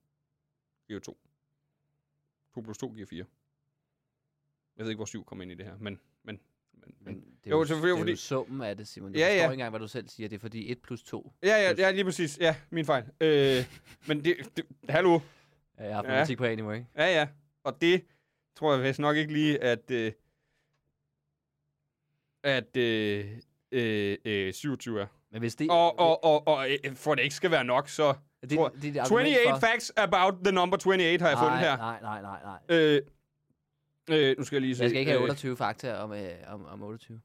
S4: giver 2. 2 plus 2 giver 4. Jeg ved ikke, hvor 7 kommer ind i det her, men... men, men, men.
S3: Men det er
S4: Jo,
S3: jo, jo,
S4: selvfølgelig,
S3: det er
S4: fordi-
S3: jo summen af det, Simon. Jeg
S4: Ja,
S3: ja, forstår
S4: ja.
S3: ikke engang, hvad du selv siger. Det er fordi 1 plus 2.
S4: Ja, ja, ja, lige præcis. Ja, min fejl. Øh, men det, det... Hallo?
S3: Ja, jeg har
S4: Ja.
S3: matematik på anyway. ikke?
S4: Ja, ja. Og det tror jeg vist nok ikke lige, at... Øh, at øh, øh, øh, 27 er.
S3: Men hvis det,
S4: Og, og, og, og øh, for at det ikke skal være nok, så...
S3: det, det,
S4: tror-
S3: det, er dit argument
S4: 28
S3: for...
S4: facts about the number 28 har jeg fundet
S3: nej,
S4: her.
S3: Nej, nej, nej, nej.
S4: Øh, øh, nu skal jeg lige se.
S3: Jeg skal ikke have
S4: øh,
S3: 28 fakta om, øh, om, om 28.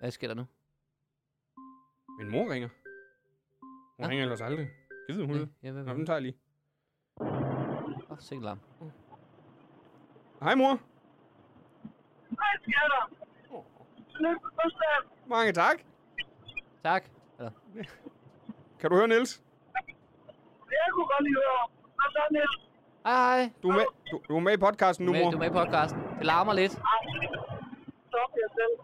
S3: Hvad sker der nu?
S4: Min mor ringer. Hun
S3: Nå.
S4: ringer ellers aldrig. Det ved hun.
S3: Ja,
S4: ikke.
S3: ja, hvad,
S4: Nå,
S3: hvad?
S4: den tager jeg lige.
S3: Åh, sikkert larm.
S4: Hej, mor.
S5: Hvad sker der? Tillykke med fødselsdagen.
S4: Mange tak.
S3: Tak. Eller,
S4: Kan du høre, Niels?
S5: Jeg kunne godt lige høre. Hvad så, Niels?
S3: hej, hej.
S4: Du er med, du, du er med i podcasten
S3: Du
S4: nu,
S3: er, med,
S4: mor.
S3: du er med i podcasten. Det larmer lidt.
S5: Ej, stop jer selv.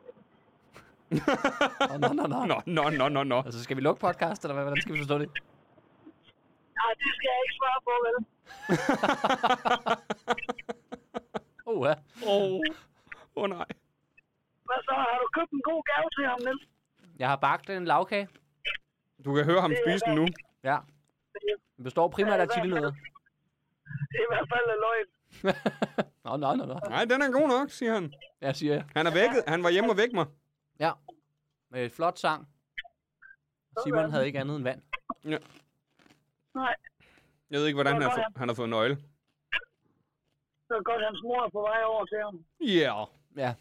S3: Nå, nå, nå, nå.
S4: Nå, nå, nå, nå, nå.
S3: Altså, skal vi lukke podcast, eller hvad? hvordan skal vi forstå det?
S5: Ej, det skal jeg ikke svare på, vel?
S3: Oh, ja.
S4: Åh, oh, nej.
S5: Hvad så? Har du købt en god gave til ham, Niels?
S3: Jeg har bagt en lavkage.
S4: Du kan høre ham spise den nu.
S3: Ja. Den består primært af chilinødder.
S5: Det er i hvert fald af løgn.
S3: Nå, nå, nå, nå.
S4: Nej, den er god nok, siger han.
S3: Jeg siger jeg.
S4: Han er vækket. Han var hjemme og væk mig.
S3: Ja. Med et flot sang. Simon havde ikke andet end vand.
S5: Nej,
S4: Jeg ved ikke, hvordan han har,
S5: Nå, ja.
S4: fået, han har fået nøgle.
S5: så er godt, hans mor er på vej over til ham.
S4: Ja. Yeah.
S3: Ja.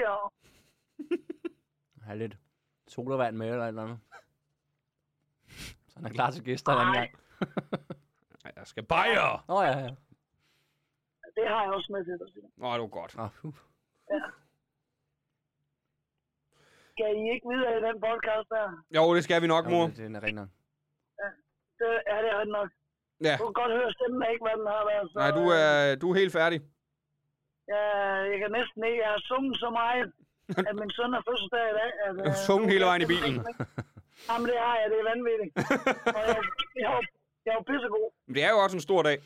S5: Ja,
S3: Have lidt sodavand med eller et eller andet. Så han er klar til gæster en anden gang.
S4: Jeg skal bajer.
S3: Nå ja, ja.
S5: det har jeg også med til dig. Simon.
S4: Nå, det var godt.
S3: Nå, puh.
S5: Skal I ikke videre i den podcast der?
S4: Jo, det skal vi nok, mor.
S3: Jo, det- den er rigtig nok.
S5: Det er det rigtig nok.
S4: Ja.
S5: Du kan godt høre stemmen af ikke, hvad den har været. Så, øh,
S4: Nej, du er, du er helt færdig.
S5: Ja, jeg kan næsten ikke. Jeg har sunget så meget, at min søn har fødselsdag i dag. At, øh,
S4: Du har sunget hele vejen i bilen.
S5: Jamen, det har jeg. Det er vanvittigt. Og jeg, jeg, var- jeg er jo pissegod.
S4: Men det er jo også en stor dag.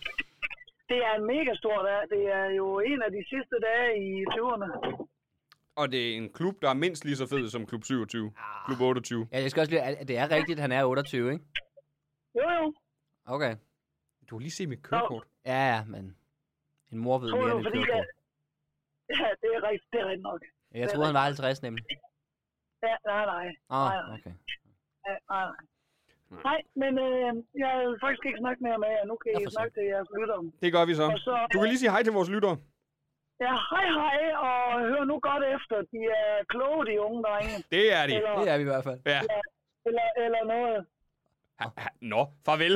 S5: Det er en mega stor dag. Det er jo en af de sidste dage i 20'erne.
S4: Og det er en klub, der er mindst lige så fed som klub 27.
S5: Ah.
S4: Klub 28.
S3: Ja, jeg skal også lige, at det er rigtigt, han er 28, ikke?
S5: Jo, jo.
S3: Okay.
S4: Du har lige set mit kørekort.
S3: Ja, ja, men en mor ved
S5: Tror
S3: mere
S5: du,
S3: end et
S5: fordi
S3: kørekort.
S5: Ja, det er rigtigt, det er rigtigt nok.
S3: Jeg troede, han var 50 nemlig.
S5: Ja, nej, nej.
S3: Åh,
S5: Nej,
S3: oh,
S5: nej.
S3: okay.
S5: Ja, nej, nej. Nej, men øh, jeg vil faktisk ikke snakke mere med jer. Nu kan
S3: Ja, for
S5: I snakke til jeres lyttere.
S4: Det gør vi så.
S5: Og så,
S4: Du kan lige sige hej til vores lyttere.
S5: ja, hej hej, og hør nu godt efter. De er kloge, de unge drenge.
S4: Det er det.
S5: Eller,
S3: Det er vi i hvert fald.
S4: Ja.
S5: eller, eller noget.
S4: Ha- ha- Nå, farvel.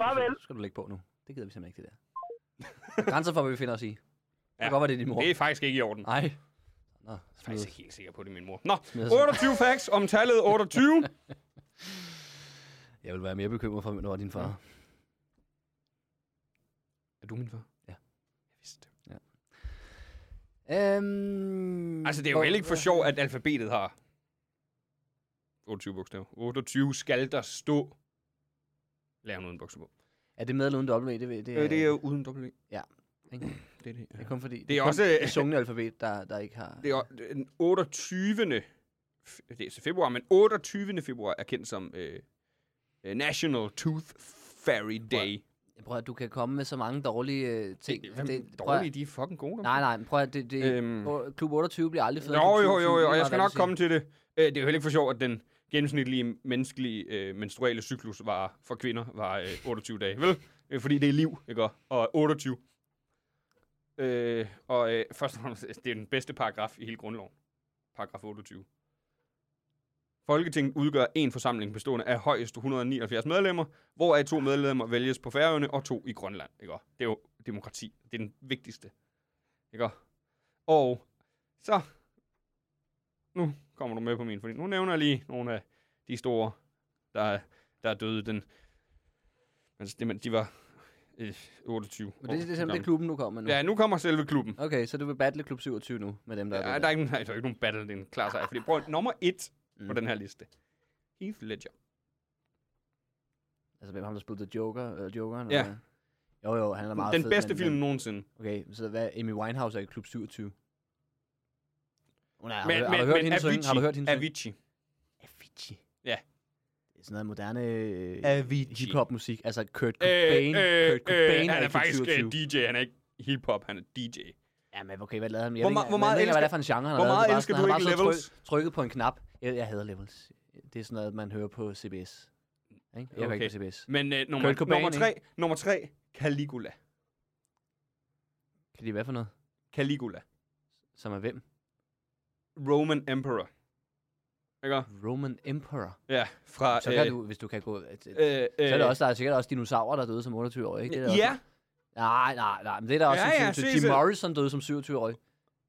S5: Farvel.
S3: Nu skal du lægge på nu. Det gider vi simpelthen ikke, det der. Grænser for, hvad vi finder os i. Det
S4: Ja.
S3: kan godt være, det er din mor.
S4: Det er faktisk ikke i orden.
S3: Nej. Nå,
S4: Jeg er faktisk ikke helt sikker på det, min mor. Nå,
S3: Smider sig.
S4: 28 facts om tallet 28.
S3: jeg vil være mere bekymret for, når det var din far.
S4: Er du min far?
S3: Ja.
S4: Jeg vidste det.
S3: Øhm,
S4: Altså, det er jo
S3: hvor-
S4: heller ikke for sjov, at alfabetet har 28 bogstaver. 28 skal der stå. Lav uden bogstaver.
S3: Er det med eller uden dobbelt V? Det, ved- det,
S4: Øh, det er jo uden dobbelt E.
S3: ikke?
S4: Det er det.
S3: Det
S4: Ja.
S3: er kun fordi,
S4: Det er
S3: kun
S4: også-
S3: det sungne alfabet, der, der ikke har...
S4: Det er jo- den 28. f- Det er så februar, men 28. februar er kendt som øh, øh, National Tooth Fairy Day.
S3: Prøv at du kan komme med så mange dårlige øh, ting.
S4: Hvem det,
S3: prøv at-
S4: dårlige, de er fucking gode.
S3: Nej, nej, men prøv at det, det,
S4: Øhm.
S3: øhm. Klub 28 bliver aldrig federe.
S4: Jo,
S3: end
S4: jo,
S3: klub 27,
S4: jo, jo, og
S3: det er
S4: jeg skal
S3: bare,
S4: nok
S3: hvad
S4: komme til det. Øh, det er jo heller ikke for sjov, at den gennemsnitlige menneskelige øh, menstruelle cyklus var, for kvinder var øh, 28 dage, vel? Øh, fordi det er liv, ikke? Og 28. Øh, og øh, først og fremmest, det er den bedste paragraf i hele grundloven. Paragraf 28. Folketinget udgør en forsamling bestående af højst 179 medlemmer, hvoraf to medlemmer vælges på Færøerne og to i Grønland. Ikke? Det er jo demokrati. Det er den vigtigste. Ikke? Og så nu kommer du med på min, fordi nu nævner jeg lige nogle af de store, der, er- der er døde den. Altså, det, men de var øh, 28
S3: siger. Men det, det er simpelthen
S4: gamle.
S3: det, klubben nu kommer nu.
S4: Ja, nu kommer selve klubben.
S3: Okay, så du vil battle klub 27 nu med dem, der
S4: Ja,
S3: er
S4: der,
S3: der.
S4: er ikke, nej, der er ikke nogen battle, det er en klar sejr. Fordi prøv, at- nummer et mm. på
S3: Mm.
S4: den her liste. Heath Ledger.
S3: Altså, hvem har der spillet Joker? Øh, Jokeren?
S4: Ja.
S3: eller hvad? Jo, jo, han er meget
S4: den
S3: fed,
S4: bedste
S3: men-
S4: film
S3: men-
S4: nogensinde.
S3: Okay, så hvad, Amy Winehouse er i klub 27. Hun er, har,
S4: Men-
S3: du, har,
S4: men-
S3: du hørt
S4: men
S3: hende synge? Har du
S4: Avicii-
S3: hørt hende synge?
S4: Avicii.
S3: Avicii.
S4: Ja.
S3: Det er sådan noget moderne øh,
S4: Avicii.
S3: hip-hop musik. Altså Kurt
S4: Øh,
S3: Cobain.
S4: øh,
S3: Kurt Cobain
S4: øh, han
S3: i
S4: er
S3: klub
S4: faktisk
S3: 27.
S4: øh, DJ, han er ikke hiphop, han er DJ.
S3: Ja, men okay, hvad lavede han? Jeg
S4: Hvor
S3: hvor,
S4: ma-
S3: ved ikke,
S4: hvor
S3: hvor
S4: meget
S3: meget hvad det er
S4: elsker-
S3: for en genre, han har
S4: hvor
S3: lavet. Det
S4: meget
S3: er bare
S4: elsker
S3: sådan,
S4: du
S3: han har
S4: ikke
S3: bare
S4: Levels?
S3: siddet og tryk- trykket på en knap. Jeg, jeg hader levels. Det er sådan noget, man hører på CBS. Ikke? Jeg okay.
S4: Okay.
S3: ikke på CBS.
S4: Men øh, nummer,
S3: Kurt Cobain,
S4: nummer, tre, nummer tre, Caligula.
S3: Kan det være for noget?
S4: Caligula.
S3: Som er hvem?
S4: Roman Emperor. Ikke?
S3: Roman Emperor.
S4: Ja, fra...
S3: Så kan du, hvis du kan gå... Øh, øh,
S4: øh,
S3: så er der, også, der er sikkert også dinosaurer, der er døde som 28 år, ikke? Det er der
S4: Ja,
S3: Også, nej, nej, nej, men det er der også
S4: Ja,
S3: som
S4: ja,
S3: 27.
S4: se
S3: Jim
S4: selv.
S3: Morrison døde som 27 år.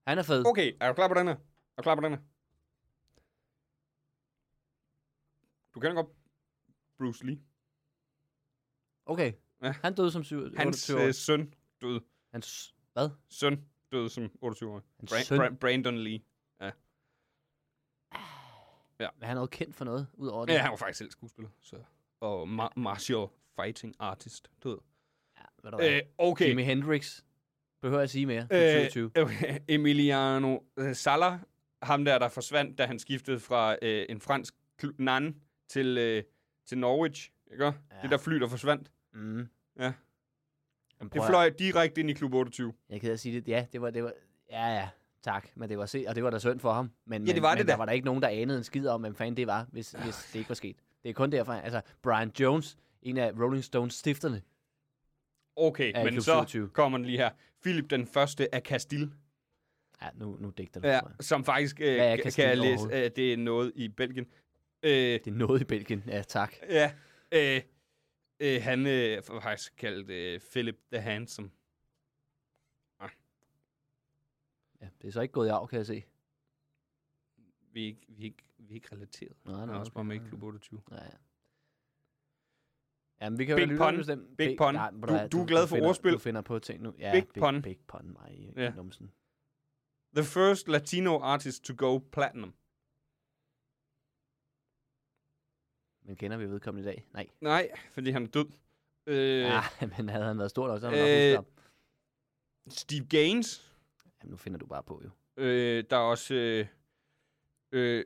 S3: Han er fed.
S4: okay. Er du klar på den her? Er du klar på den her? Du kender godt Bruce Lee.
S3: Okay.
S4: Ja.
S3: Han døde som 27
S4: Hans
S3: 28 år.
S4: øh, søn døde.
S3: Hans, hvad?
S4: Søn døde som 28-årig.
S3: Hans
S4: Bra-
S3: søn?
S4: Bra- Brandon Lee.
S3: Men han er jo kendt for noget, udover det.
S4: Ja, han var faktisk selv skuespiller. Så. Og ma- martial fighting artist død.
S3: ja ved du hvad?
S4: Øh, okay.
S3: Jimi Hendrix. Behøver jeg sige mere? Øh, 27.
S4: Øh, okay. Emiliano øh, Sala, ham der, der forsvandt, da han skiftede fra øh, en fransk kl- nan til, øh, til Norwich. Ikke? Ja. Det der fly, der forsvandt.
S3: Mm.
S4: Ja.
S3: Jamen,
S4: Det
S3: prøv at-
S4: fløj direkte ind i klub 28.
S3: Jeg kan sige det. Ja, det var, det var, ja, ja, tak. Men det var se, og det var da synd for ham. Men,
S4: det
S3: men-
S4: var
S3: men
S4: det da.
S3: der var der ikke nogen, der anede en skid om, hvem fanden det var, hvis, hvis det ikke var sket. Det er kun derfor, altså Brian Jones, en af Rolling Stones stifterne.
S4: Okay,
S3: Ja, i
S4: men
S3: klub
S4: så
S3: 27.
S4: kommer den lige her. Philip den første af Castile,
S3: Ja, nu, nu digter du.
S4: ja,
S3: Ja. Mig.
S4: som faktisk øh,
S3: Hvad er
S4: kan,
S3: Castile
S4: kan jeg læse,
S3: overhovedet?
S4: øh, det er noget i Belgien. Øh,
S3: Det er noget i Belgien. Ja, tak.
S4: ja, øh, øh, han øh, var faktisk kaldt øh, Philip the Handsome.
S3: Ja, det er så ikke gået i arv, kan jeg se.
S4: Vi er ikke, vi er ikke, vi er ikke relateret.
S3: Nej,
S4: Han er
S3: nej.
S4: også
S3: Okay.
S4: bare med i Klub 28.
S3: Ja, ja. Jamen, vi kan
S4: Big
S3: jo
S4: pun.
S3: Big,
S4: Big pun.
S3: Nej, men
S4: Du-
S3: der
S4: du er glad for
S3: finder,
S4: ordspil.
S3: Du finder på ting nu. Ja,
S4: Big
S3: big
S4: pun.
S3: Big pun, mig.
S4: Ja.
S3: Ja. Numsen.
S4: The first Latino artist to go platinum.
S3: Men kender vi vedkommende i dag? Nej.
S4: Nej, fordi han er død. Øh,
S3: Øh.
S4: ah.
S3: Ah, men havde han været stor nok, så havde han øh. nok husket ham.
S4: Steve Gaines.
S3: Jamen, nu finder du bare på, jo.
S4: Øh, der er også... Øh, øh,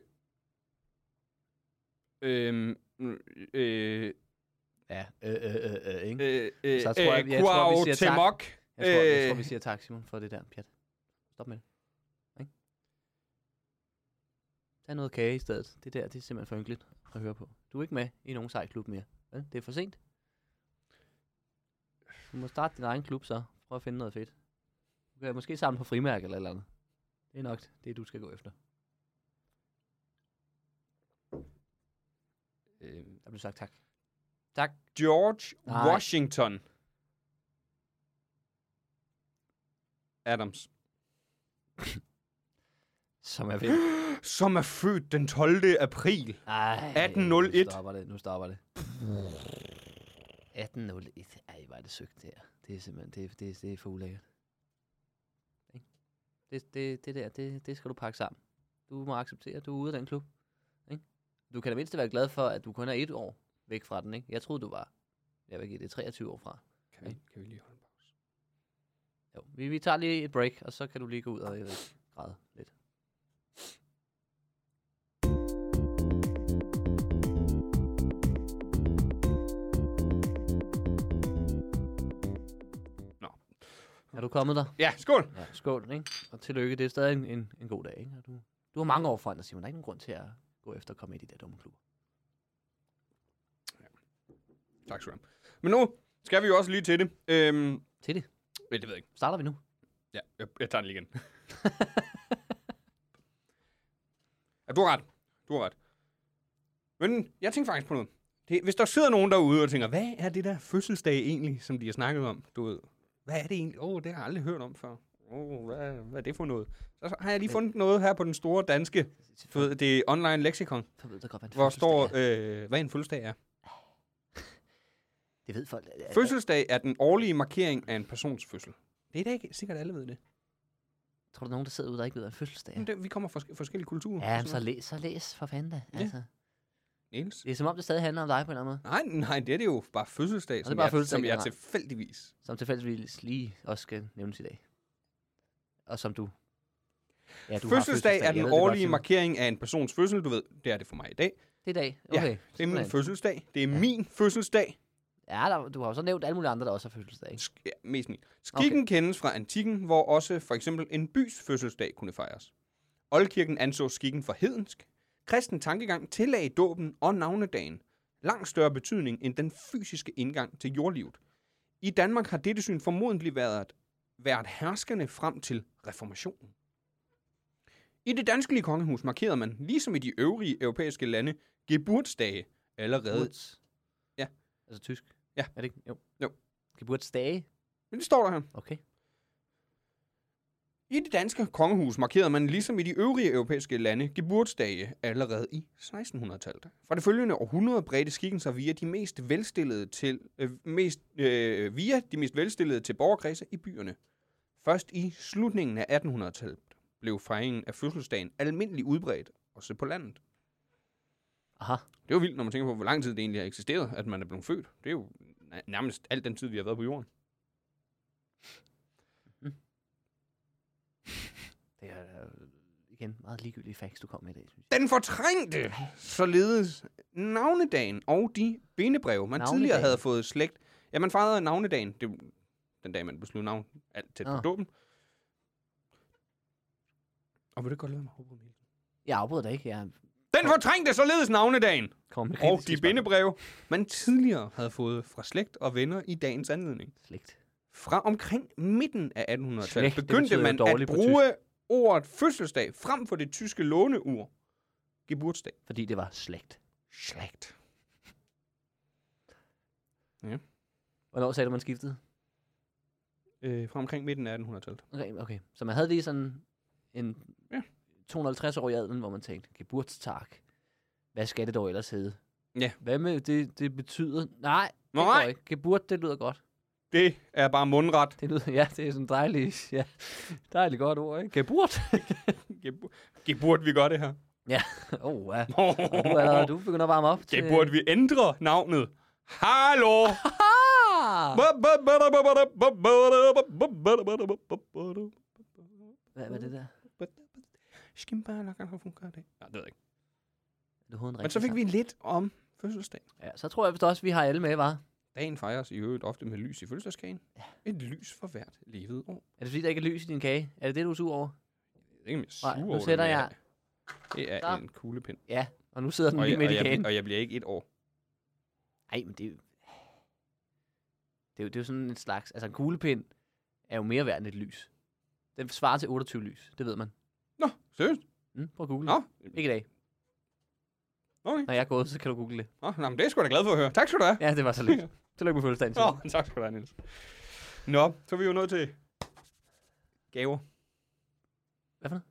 S4: øh, øh,
S3: Ja, øh, øh, øh, øh, ikke?
S4: øh, øh,
S3: Så jeg tror, jeg- jeg tror, vi
S4: Cuau
S3: siger tak.
S4: Temoc.
S3: Jeg tror, øh. jeg tror,
S4: øh.
S3: vi siger tak, Simon, for det der pjat. Stop med det. Ikke? Tag noget kage i stedet. Det der, det er simpelthen for ynkeligt at høre på. Du er ikke med i nogen sej klub mere. Vel? Det er for sent. Du må starte din egen klub så. Prøv at finde noget fedt. Du kan måske samle på frimærke eller et eller andet. Det er nok det, du skal gå efter. Øh, der blev sagt tak. Tak.
S4: George
S3: Nej.
S4: Washington. Adams.
S3: Som er fedt.
S4: Som er født den 12. april.
S3: Ej,
S4: 1801.
S3: Nu stopper det, nu stopper det. 1801. Ej, hvor er det søgt der. Det er simpelthen, det, er- det, er- det er for ulækkert. Ikke? Det, det, det der, det, det skal du pakke sammen. Du må acceptere, at du er ude af den klub. Ikke? Du kan da mindst være glad for, at du kun er et år væk fra den. Ikke? Jeg troede, du var. Jeg vil give det 23 år fra.
S4: Kan vi, kan vi lige holde en pause?
S3: Jo, vi, vi tager lige et break, og så kan du lige gå ud og jeg ved, ikke, græde lidt. Er du kommet der?
S4: Ja, skål!
S3: Ja, skål, ikke? Og tillykke, det er stadig en, en, en god dag, ikke? Og du, du har mange år foran dig, Simon. Der er ikke nogen grund til at gå efter at komme ind i de der dumme klubber.
S4: Tak skal du have. Men nu skal vi jo også lige til det. Øhm, ja,
S3: Til det.
S4: det ved jeg ikke.
S3: Starter vi nu?
S4: Ja, jeg, jeg tager den lige igen. ja, du har ret. Du har ret. Men jeg tænker faktisk på noget. Det, hvis der sidder nogen derude og tænker, hvad er det der fødselsdag egentlig, som de har snakket om? Du ved, hvad er det egentlig? Åh, oh, det har jeg aldrig hørt om før. Oh, hvad, hvad er det for noget? Så har jeg lige fundet noget her på den store danske, du ved, det online leksikon,
S3: Så ved du godt, hvad en
S4: hvor
S3: fødselsdag
S4: står,
S3: er.
S4: øh, hvad en fødselsdag er.
S3: Det ved folk. at- at-
S4: Fødselsdag er den årlige markering af en persons fødsel. Det er da ikke sikkert, alle ved det.
S3: Tror du, nogen, der sidder ude, der ikke ved, hvad en fødselsdag
S4: Ja.
S3: er?
S4: det vi kommer fra sk- forskellige kulturer.
S3: Ja,
S4: og
S3: men så
S4: sådan
S3: læs, så læs for fanden da.
S4: Ja.
S3: Altså,
S4: noget. Niels.
S3: Det er som om, det stadig handler om dig på en eller anden måde.
S4: Nej, nej, det er det jo bare fødselsdag,
S3: det
S4: som,
S3: bare
S4: jeg,
S3: fødselsdag
S4: som jeg
S3: generelt.
S4: tilfældigvis...
S3: Som tilfældigvis lige også skal nævnes i dag. Og som du... Ja,
S4: Du
S3: har
S4: fødselsdag er
S3: Jeg
S4: den
S3: ved det godt,
S4: årlige
S3: Simon.
S4: markering af en persons fødsel. Du ved, det er det for mig i dag.
S3: Det er i dag.
S4: Ja,
S3: Okay.
S4: Det er min
S3: simpelthen.
S4: fødselsdag. Det er min fødselsdag.
S3: Ja, der, du har jo så nævnt alle mulige andre, der også har fødselsdag. Ikke?
S4: Sk- ja, mest min. Skikken okay. kendes fra antikken, hvor også for eksempel en bys fødselsdag kunne fejres. Oldkirken anså skikken for hedensk. Kristen tankegang tillagde dåben og navnedagen langt større betydning end den fysiske indgang til jordlivet. I Danmark har dette syn formodentlig været, været herskende frem til reformationen. I det danske kongehus markerede man, ligesom i de øvrige europæiske lande, geburtsdage allerede.
S3: Geburts.
S4: Ja.
S3: Altså tysk.
S4: Ja.
S3: Er det ikke? Jo.
S4: Jo.
S3: Geburtsdage.
S4: Men det står der her.
S3: Okay.
S4: I det danske kongehus markerede man ligesom i de øvrige europæiske lande geburtsdage allerede i 1600-tallet. Fra det følgende århundrede bredte skikken sig via de mest velstillede til øh, mest, øh, via de mest velstillede til borgerkredse i byerne. Først i slutningen af 1800-tallet blev fejringen af fødselsdagen almindelig udbredt, også på landet.
S3: Aha.
S4: Det er jo vildt, når man tænker på, hvor lang tid det egentlig har eksisteret, at man er blevet født. Det er jo na- nærmest al den tid, vi har været på jorden.
S3: Det er øh, igen meget ligegyldige facts, du kom med i dag, synes jeg.
S4: Den fortrængte således navnedagen og de bindebreve, man
S3: Navnedagen.
S4: tidligere havde fået slægt. Ja, man fejrede navnedagen. Det er jo den dag, man besluttede navn. Alt tæt på
S3: Ah.
S4: dåben. Og vil du godt lade mig hoppe ud?
S3: Jeg afbryder dig ikke. Jeg
S4: Den fortrængte således navnedagen
S3: kommer med
S4: og
S3: kritiske
S4: de
S3: spørgsmål.
S4: bindebreve, man tidligere havde fået fra slægt og venner i dagens anledning.
S3: Slægt.
S4: Fra omkring midten af 1800-tallet
S3: Slægt, det
S4: begyndte
S3: betyder jo
S4: man at
S3: dårligt på
S4: bruge ordet fødselsdag frem for det tyske låneur. Geburtsdag.
S3: Fordi det var slægt.
S4: Slægt.
S3: Hvornår sagde du, man skiftede?
S4: øh, fra omkring midten af 1800-tallet.
S3: Okay, okay. Så man havde lige sådan en
S4: Ja.
S3: ja. 250-årig adel, hvor man tænkte, geburtstag. Hvad skal det dog ellers hedde?
S4: Ja.
S3: Hvad med det, det betyder? Nej, det
S4: Nej.
S3: går ikke. Geburt, det lyder godt.
S4: Det er bare mundret.
S3: Det lyder, ja, det er sådan dejligt, ja, dejligt godt ord, ikke? Geburt.
S4: Gebu- Det burde vi gøre det her.
S3: Åh, oh, ja. Og Du, er allerede, du begynder at varme op.
S4: Det burde vi ændre navnet. Hallo!
S3: Ah! Hvad var det der?
S4: Skimbalakkan har fungeret det. Nej, det ved jeg ikke.
S3: Du havde en
S4: Men så fik vi lidt om fødselsdag.
S3: Ja, så tror jeg vist også, vi har alle med, var.
S4: Dagen fejres i øvrigt ofte med lys i fødselsdagskagen. Et lys for hvert levet år.
S3: Er det fordi, der ikke er lys i din kage? Er det det, du er sur over?
S4: Det er ikke mere sur
S3: Nej,
S4: over
S3: nu
S4: det,
S3: sætter
S4: men
S3: jeg.
S4: Det er
S3: Så.
S4: en kuglepind.
S3: Ja, og nu sidder den
S4: Og
S3: lige
S4: jeg,
S3: midt
S4: og,
S3: i
S4: jeg,
S3: kagen.
S4: og jeg bliver ikke et år.
S3: Nej, men det er jo... Det er, jo, det er jo sådan en slags... Altså, en kuglepind er jo mere værd end et lys. Den svarer til 28 lys, det ved man.
S4: Nå, seriøst?
S3: Mm, prøv at google.
S4: Nå,
S3: Ikke i dag.
S4: Okay.
S3: Når jeg er gået, så kan du google det.
S4: Nå, nå, men det er jeg sgu da glad for at høre. Tak skal du have.
S3: Ja, det var så lidt. Tillykke med fødselsdagen.
S4: Nå,
S3: Simon.
S4: tak skal du have, Niels. Nå, så er vi jo nået til gaver.
S3: Hvad for noget?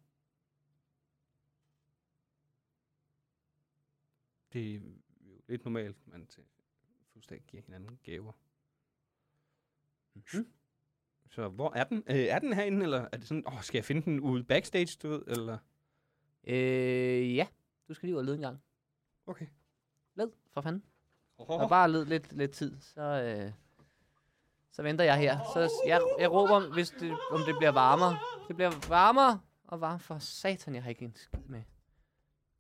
S4: Det er jo lidt normalt, man til fødselsdag giver hinanden gaver. Mm. Så hvor er den? Øh, er den herinde, eller er det sådan, åh, skal jeg finde den ude backstage, du ved, eller?
S3: Øh, ja. Du skal lige ud og lede en gang.
S4: Okay.
S3: Led, for fanden.
S4: Oh,
S3: Og bare led lidt, lidt tid, så, øh, så venter jeg her. Så jeg, jeg råber, om, hvis det, om det bliver varmere. Det bliver varmere, og varmere for satan, jeg har ikke en skid med.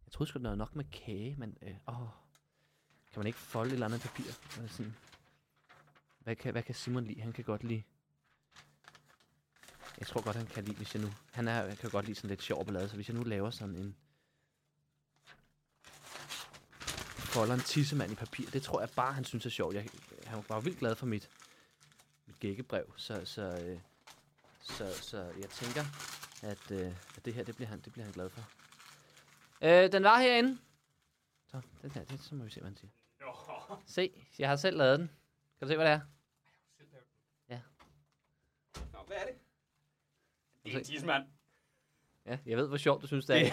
S3: Jeg troede sgu, det var nok med kage, men øh, åh, kan man ikke folde et eller andet papir? Hvor det Sådan, hvad, kan, hvad kan Simon lide? Han kan godt lide... Jeg tror godt, han kan lide, hvis jeg nu... Han er, kan godt lide sådan lidt sjov ballade, så hvis jeg nu laver sådan en... folder en tissemand i papir. Det tror jeg bare, han synes er sjovt. Jeg, han var vildt glad for mit, mit gækkebrev, så, så, øh, så, så jeg tænker, at, øh, at det her, det bliver han, det bliver han glad for. Øh, den var herinde. Så, den der, det, så må vi se, hvad han siger. Se, jeg har selv lavet den. Kan du se, hvad det er?
S4: Nå, hvad er det? Det
S3: er en
S4: tidsmand.
S3: Ja, jeg ved, hvor sjovt du synes, det er.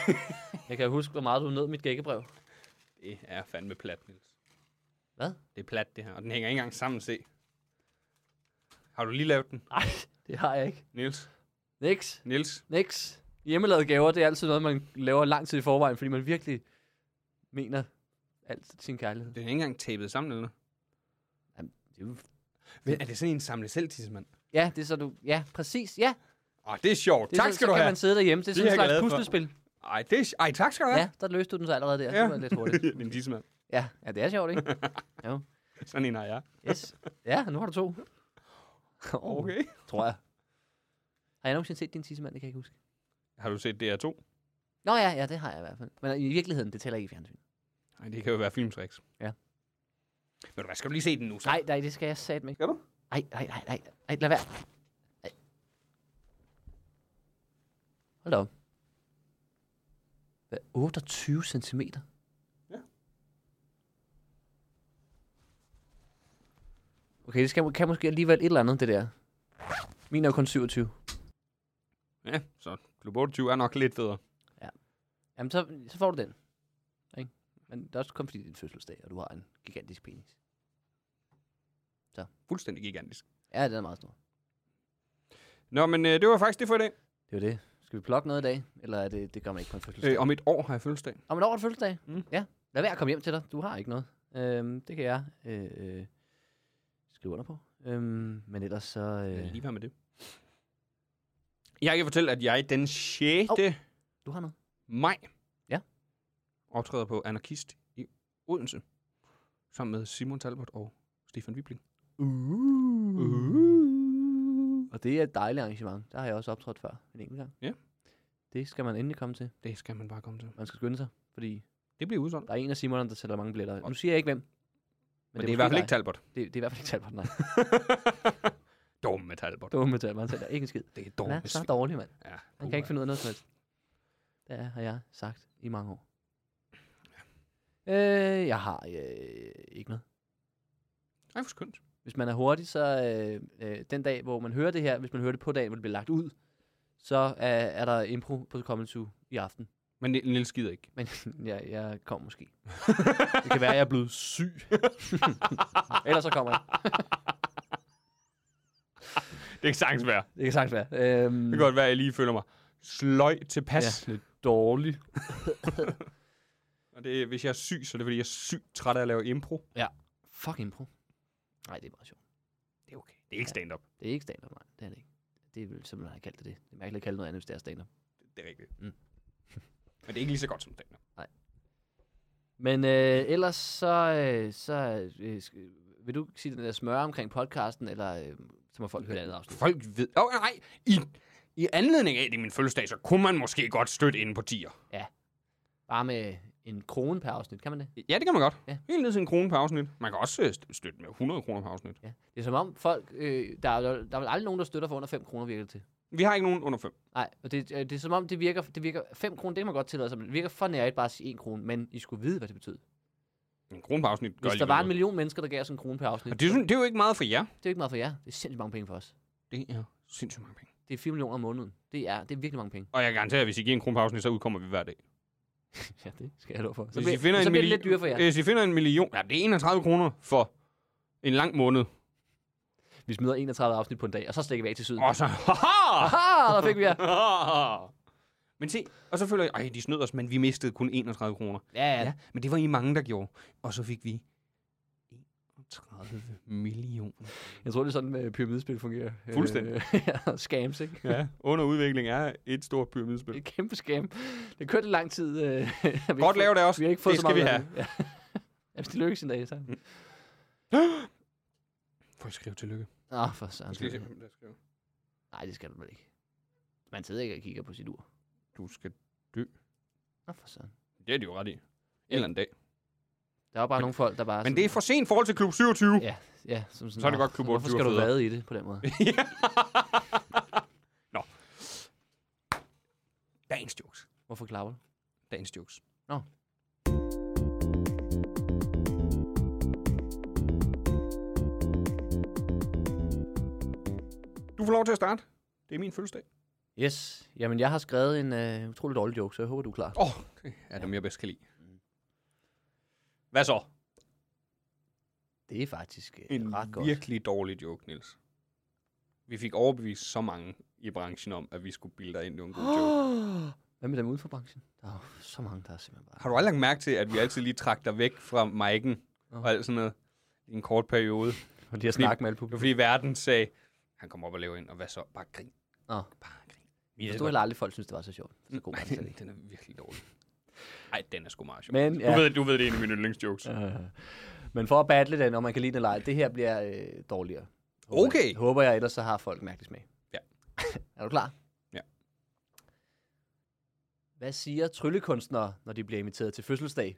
S3: jeg kan huske, hvor meget du nød mit gækkebrev.
S4: Det er fandme plat, Niels.
S3: Hvad?
S4: Det er plat, det her, og den hænger ikke engang sammen, se. Har du lige lavet den,
S3: Nej, det har jeg ikke.
S4: Niels?
S3: Niks.
S4: Niels?
S3: Niks. Hjemmelavede gaver, det er altid noget, man laver lang tid i forvejen, fordi man virkelig mener alt sin kærlighed.
S4: Den er ikke engang tapet sammen, eller noget.
S3: Det er jo...
S4: Men er det sådan en samle selv tissemand?
S3: Ja, det er så du... Ja, præcis. Ja,
S4: Åh, det er sjovt.
S3: det er
S4: tak
S3: så,
S4: skal
S3: så
S4: du
S3: kan
S4: have.
S3: man sidde derhjemme. Det er
S4: Det er
S3: sådan en
S4: jeg glad
S3: slags
S4: for.
S3: puslespil.
S4: Ej, det er... Ej, tak skal du have.
S3: Ja, der løste du den så allerede der. Ja.
S4: Ja.
S3: Det var lidt hurtigt.
S4: Min tissemand.
S3: Ja, ja det er sjovt, ikke?
S4: Sådan en har jeg.
S3: Yes. Ja, nu har du to. Åh,
S4: Okay.
S3: Tror jeg. Har jeg nogensinde set din tissemand? Det kan jeg ikke huske.
S4: Har du set DR2?
S3: Nå ja, ja, det har jeg i hvert fald. Men i virkeligheden, det tæller ikke i fjernsyn.
S4: Nej, det kan jo være filmtricks.
S3: Ja.
S4: Men hvad skal du lige se den nu, så?
S3: Nej, nej, det skal jeg satme ikke.
S4: Skal du?
S3: Nej, nej, nej, nej. Nej, lad være. Ej. Hold da op. Hvad, 28 centimeter?
S4: Ja.
S3: Okay, det skal, kan måske alligevel et eller andet, det der. Min er jo kun 27.
S4: Ja, så klub 28 er nok lidt federe.
S3: Jamen, så, så får du den. Ikke? Men det er også kun fordi, det er din fødselsdag, og du har en gigantisk penis.
S4: Fuldstændig gigantisk.
S3: Ja, den er meget stor.
S4: Nå, men øh, det var faktisk det for i dag.
S3: Det er jo det. Skal vi plukke noget i dag? Eller er det, det gør man ikke på en fødselsdag?
S4: Øh, om et år har jeg fødselsdag.
S3: Om et år er det fødselsdag?
S4: Mm.
S3: Mm. Ja. Lad være at komme hjem til dig. Du har ikke noget. Øhm, det kan jeg øh, øh, skrive under på. Øhm, men ellers så...
S4: Øh.
S3: Øh,
S4: Lige her med det. Jeg kan fortælle, at jeg den 6. Oh.
S3: Hov. du har noget?
S4: maj
S3: Ja.
S4: optræder på Anarkist i Odense sammen med Simon Talbot og Stefan Wibling.
S3: Uh.
S4: Uh.
S3: Og det er et dejligt arrangement. Der har jeg også optrådt før en enkelt gang.
S4: Ja.
S3: Det skal man endelig komme til.
S4: Det skal man bare komme til.
S3: Man skal skynde sig, fordi
S4: Det bliver udsolgt.
S3: der er en af Simonerne, der sælger mange billetter. Nu siger jeg ikke hvem. Men,
S4: Men det er i hvert fald ikke
S3: dig.
S4: Talbot.
S3: det, det er i hvert fald ikke Talbot, nej.
S4: Dumme Talbot.
S3: Dumme Talbot, han sælger ikke en skid.
S4: Det er
S3: Han
S4: dumme
S3: er så dårlig, mand.
S4: Ja,
S3: Han kan ikke finde ud af noget som helst. Det er- har jeg sagt i mange år. Øh, jeg har øh, ikke noget.
S4: Ej, hvor skønt.
S3: Hvis man er hurtig, så øh, øh, den dag, hvor man hører det her, hvis man hører det på dagen, hvor det bliver lagt ud, så er, er der impro på Comedy Zoo i aften.
S4: Men Nils gider ikke.
S3: Men jeg, jeg kommer måske. det kan være, at jeg er blevet syg. Ellers så kommer jeg.
S4: Det kan sagtens være.
S3: Det kan sagtens være. Øhm,
S4: Det kan godt være, at jeg lige føler mig sløj tilpas.
S3: ja, lidt dårligt.
S4: Og det, hvis jeg er syg, så er det fordi, jeg er sygt træt af at lave impro.
S3: Fuck impro. Nej, det er meget sjovt. Det er okay.
S4: Det er ikke stand-up.
S3: Det er ikke stand-up, nej. Det er det ikke. Det vil simpelthen have kaldt det det. Det er mærkeligt at kalde noget andet, hvis det er stand-up.
S4: Det er rigtigt.
S3: Mm.
S4: Mm. Men det er ikke lige så godt som stand-up.
S3: Men øh, ellers så, øh, så øh, sk- vil du sige den der smøre omkring podcasten, eller øh, så må folk høre det andet afsnit.
S4: Folk ved... Åh, oh, nej! I, I anledning af, at det er min fødselsdag, så kunne man måske godt støtte inde på tier.
S3: Bare med en krone per afsnit, kan man det?
S4: Ja, det kan man godt.
S3: Ja.
S4: Ja. Helt ned til en krone per afsnit. Man kan også øh, st- støtte med 100 kroner per afsnit.
S3: Ja. Det er som om folk, øh, der, er, der er vel aldrig nogen, der støtter for under 5 kroner virker det til.
S4: Vi har ikke nogen under 5.
S3: Nej, og det, øh, det er som om, det virker, det virker 5 kroner, det kan man godt tillade sig, men det virker for nærigt bare at sige 1 krone, men I skulle vide, hvad det betød.
S4: En krone per afsnit gør
S3: Hvis der var en
S4: alligevel
S3: million mennesker, der gav os en krone per afsnit,
S4: noget. Og det, er,
S3: så-
S4: sådan- det er jo ikke meget for jer.
S3: det er jo ikke meget for jer. Det er sindssygt mange penge for os.
S4: Det er sindssygt mange penge.
S3: Det er 4 millioner om måneden. Det er, det er virkelig mange penge.
S4: Og jeg garanterer, at hvis I giver en krone per afsnit, så udkommer vi hver dag.
S3: ja, det skal jeg love for. Så
S4: Hvis
S3: bliver,
S4: I finder
S3: så
S4: en Øh.
S3: bliver det
S4: milli-
S3: lidt dyrere for jer.
S4: Hvis I finder en million... Ja, det er 31 kroner for en lang måned.
S3: Mm. Vi smider 31 afsnit på en dag, og så stikker vi af til syden.
S4: Og så... Haha!
S3: Aha, der fik vi jer.
S4: men se, og så føler jeg, ej, de snød os, men vi mistede kun 31 kroner.
S3: Ja, ja.
S4: Ja, men det var I mange, der gjorde. Og så fik vi 31 millioner.
S3: Jeg tror, det er sådan, med pyramidespil fungerer.
S4: Fuldstændig.
S3: Øh, ja, scams, ikke?
S4: Ja, under udvikling er et stort pyramidespil.
S3: Et kæmpe scam. Det kørte i lang tid. Øh, vi har ikke
S4: Godt
S3: fået-
S4: lavet af os.
S3: Vi har ikke fået
S4: det
S3: så
S4: skal
S3: meget
S4: vi
S3: ud af
S4: have.
S3: det. Ja.
S4: Mm.
S3: ja, hvis det lykkes en dag, så...
S4: Får jeg skrive tillykke?
S3: Nå, for søren.
S4: Skal jeg se, hvem der skriver?
S3: Nej, det skal du vel ikke. Man sidder ikke og kigger på sit ur.
S4: Du skal...
S3: Nå, for søren.
S4: Det er de jo ret i. En eller anden dag.
S3: Der er jo bare nogle folk, der bare...
S4: Men det er for sent i forhold til klub 27.
S3: Ja. Ja, som sådan,
S4: Så er det
S3: "Nå,
S4: godt, klub
S3: Hvorfor
S4: 28
S3: skal
S4: er
S3: du
S4: federe."
S3: vade i det på den måde?
S4: Nå. Dagens jokes.
S3: Hvorfor klapper du?
S4: Dagens jokes. Du får lov til at starte. Det er min fødselsdag.
S3: Yes. Jamen, jeg har skrevet en øh, utrolig dårlig joke, så jeg håber, du er klar.
S4: Åh, oh, det er dem, jeg bedst kan lide. Hvad så?
S3: Det er faktisk øh,
S4: En
S3: ret godt.
S4: virkelig dårlig joke, Nils. Vi fik overbevist så mange i branchen om, at vi skulle bilde dig ind i en god joke.
S3: Hvad med dem uden for branchen? Der er jo så mange, der er simpelthen bare...
S4: Har du aldrig lagt mærke til, at vi altid lige trak dig væk fra mic'en og alt sådan noget i en kort periode?
S3: Og de har
S4: snakket
S3: med alle
S4: Det var fordi verden sagde, han kommer op og laver ind, og hvad så? Bare grin.
S3: Nå.
S4: Bare grin. Vi
S3: Jeg
S4: er
S3: tror heller aldrig, folk synes, det var så sjovt. Så god var den slet
S4: den,
S3: ikke.
S4: den er virkelig dårlig. Nej, den er sgu meget sjov.
S3: Men,
S4: du,
S3: ja.
S4: ved, du ved, det er en af mine yndlingsjokes.
S3: Øh, Men for at battle den, om man kan lide den eller ej, det her bliver øh, dårligere. Håber
S4: Okay.
S3: Jeg, håber jeg, ellers så har folk mærkelig smag.
S4: Ja.
S3: er du klar?
S4: Ja.
S3: Hvad siger tryllekunstnere, når de bliver inviteret til fødselsdag?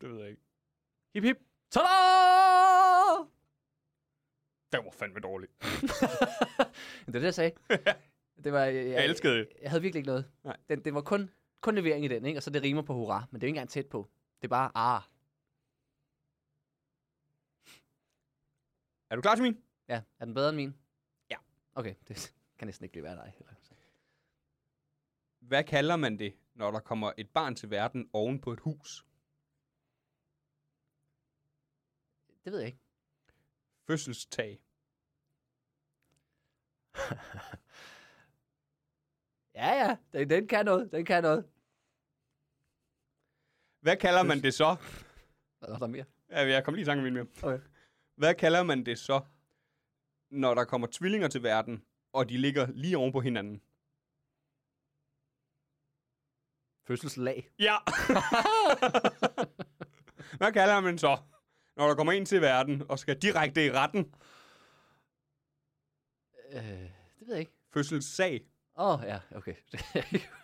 S4: Det ved jeg ikke.
S3: Hip hip. Tada!
S4: Den var fandme dårlig.
S3: Men det var det, jeg sagde. Det var, jeg, jeg,
S4: Jeg elskede det.
S3: Jeg havde virkelig ikke noget.
S4: Nej.
S3: Den, det var kun, kun levering i den, ikke? og så det rimer på hurra, men det er jo ikke engang tæt på. Det er bare, ah,
S4: Er du klar til min?
S3: ja, er den bedre end min?
S4: Ja.
S3: Okay, det kan næsten ikke blive værre dig. eller så.
S4: Hvad kalder man det, når der kommer et barn til verden oven på et hus?
S3: Det ved jeg ikke.
S4: Fødselstag.
S3: Ja, ja, den, den kan noget, den kan noget.
S4: Hvad kalder man det så?
S3: Hvad er der mere?
S4: Ja, jeg kom lige i tanke om en mere.
S3: Okay.
S4: Hvad kalder man det så, når der kommer tvillinger til verden, og de ligger lige oven på hinanden?
S3: Fødselslag.
S4: Ja! Hvad kalder man så, når der kommer en til verden, og skal direkte i retten?
S3: Øh, det ved jeg ikke.
S4: Fødselssag.
S3: Åh, oh, ja, okay.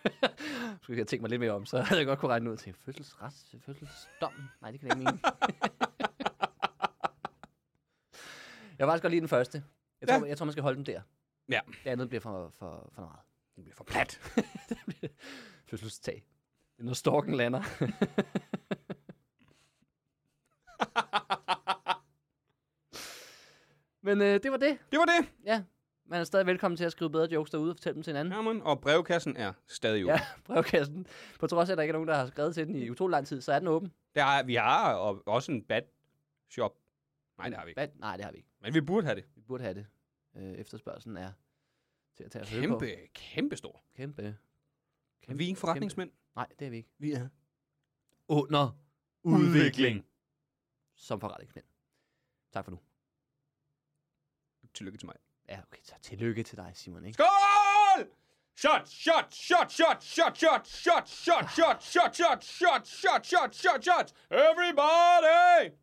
S3: Skulle jeg tænke mig lidt mere om, så havde jeg godt kunne regne ud til fødselsret, fødselsdom. Nej, det kan jeg ikke mene. jeg var faktisk godt lide den første. Jeg tror,
S4: Ja.
S3: jeg tror, man skal holde den der.
S4: Ja.
S3: Det andet bliver for, for, for meget.
S4: Det bliver for plat.
S3: Fødselstag. Det er, når storken lander. Men øh, det var det. øh,
S4: Det var det.
S3: Ja. Man er stadig velkommen til at skrive bedre jokes derude og fortælle dem til hinanden.
S4: Jamen, og brevkassen er stadig åben.
S3: Ja,
S4: Ja.
S3: brevkassen. På trods af, at der ikke er nogen, der har skrevet til den i utrolig lang tid, så er den åben.
S4: Der er, vi har og også en bad shop. Nej, det har vi ikke.
S3: Hvad? Nej, det har vi ikke.
S4: Men vi burde have det.
S3: Vi burde have det. Øh, efterspørgselen er til at tage og føle på.
S4: Kæmpe, kæmpe stor.
S3: Kæmpe.
S4: Kæmpe, vi er ikke forretningsmænd.
S3: Kæmpe. Nej, det er vi ikke.
S4: Vi er
S3: Under
S4: udvikling.
S3: som forretningsmænd. Tak for nu.
S4: Tillykke til mig.
S3: Ja, okay. Så tillykke til dig, Simon. Ikke?
S4: Skål! Shot, shot, shot, shot, shot, shot, shot, shot, shot, shot, shot, shot, shot, shot, shot, shot, everybody!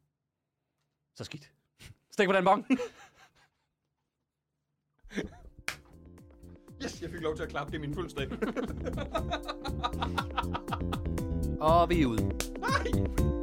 S3: Så skidt. Stik på den bong.
S4: Yes, jeg fik lov til at klappe, det er min fødselsdag.
S3: og vi er ude.
S4: Nej!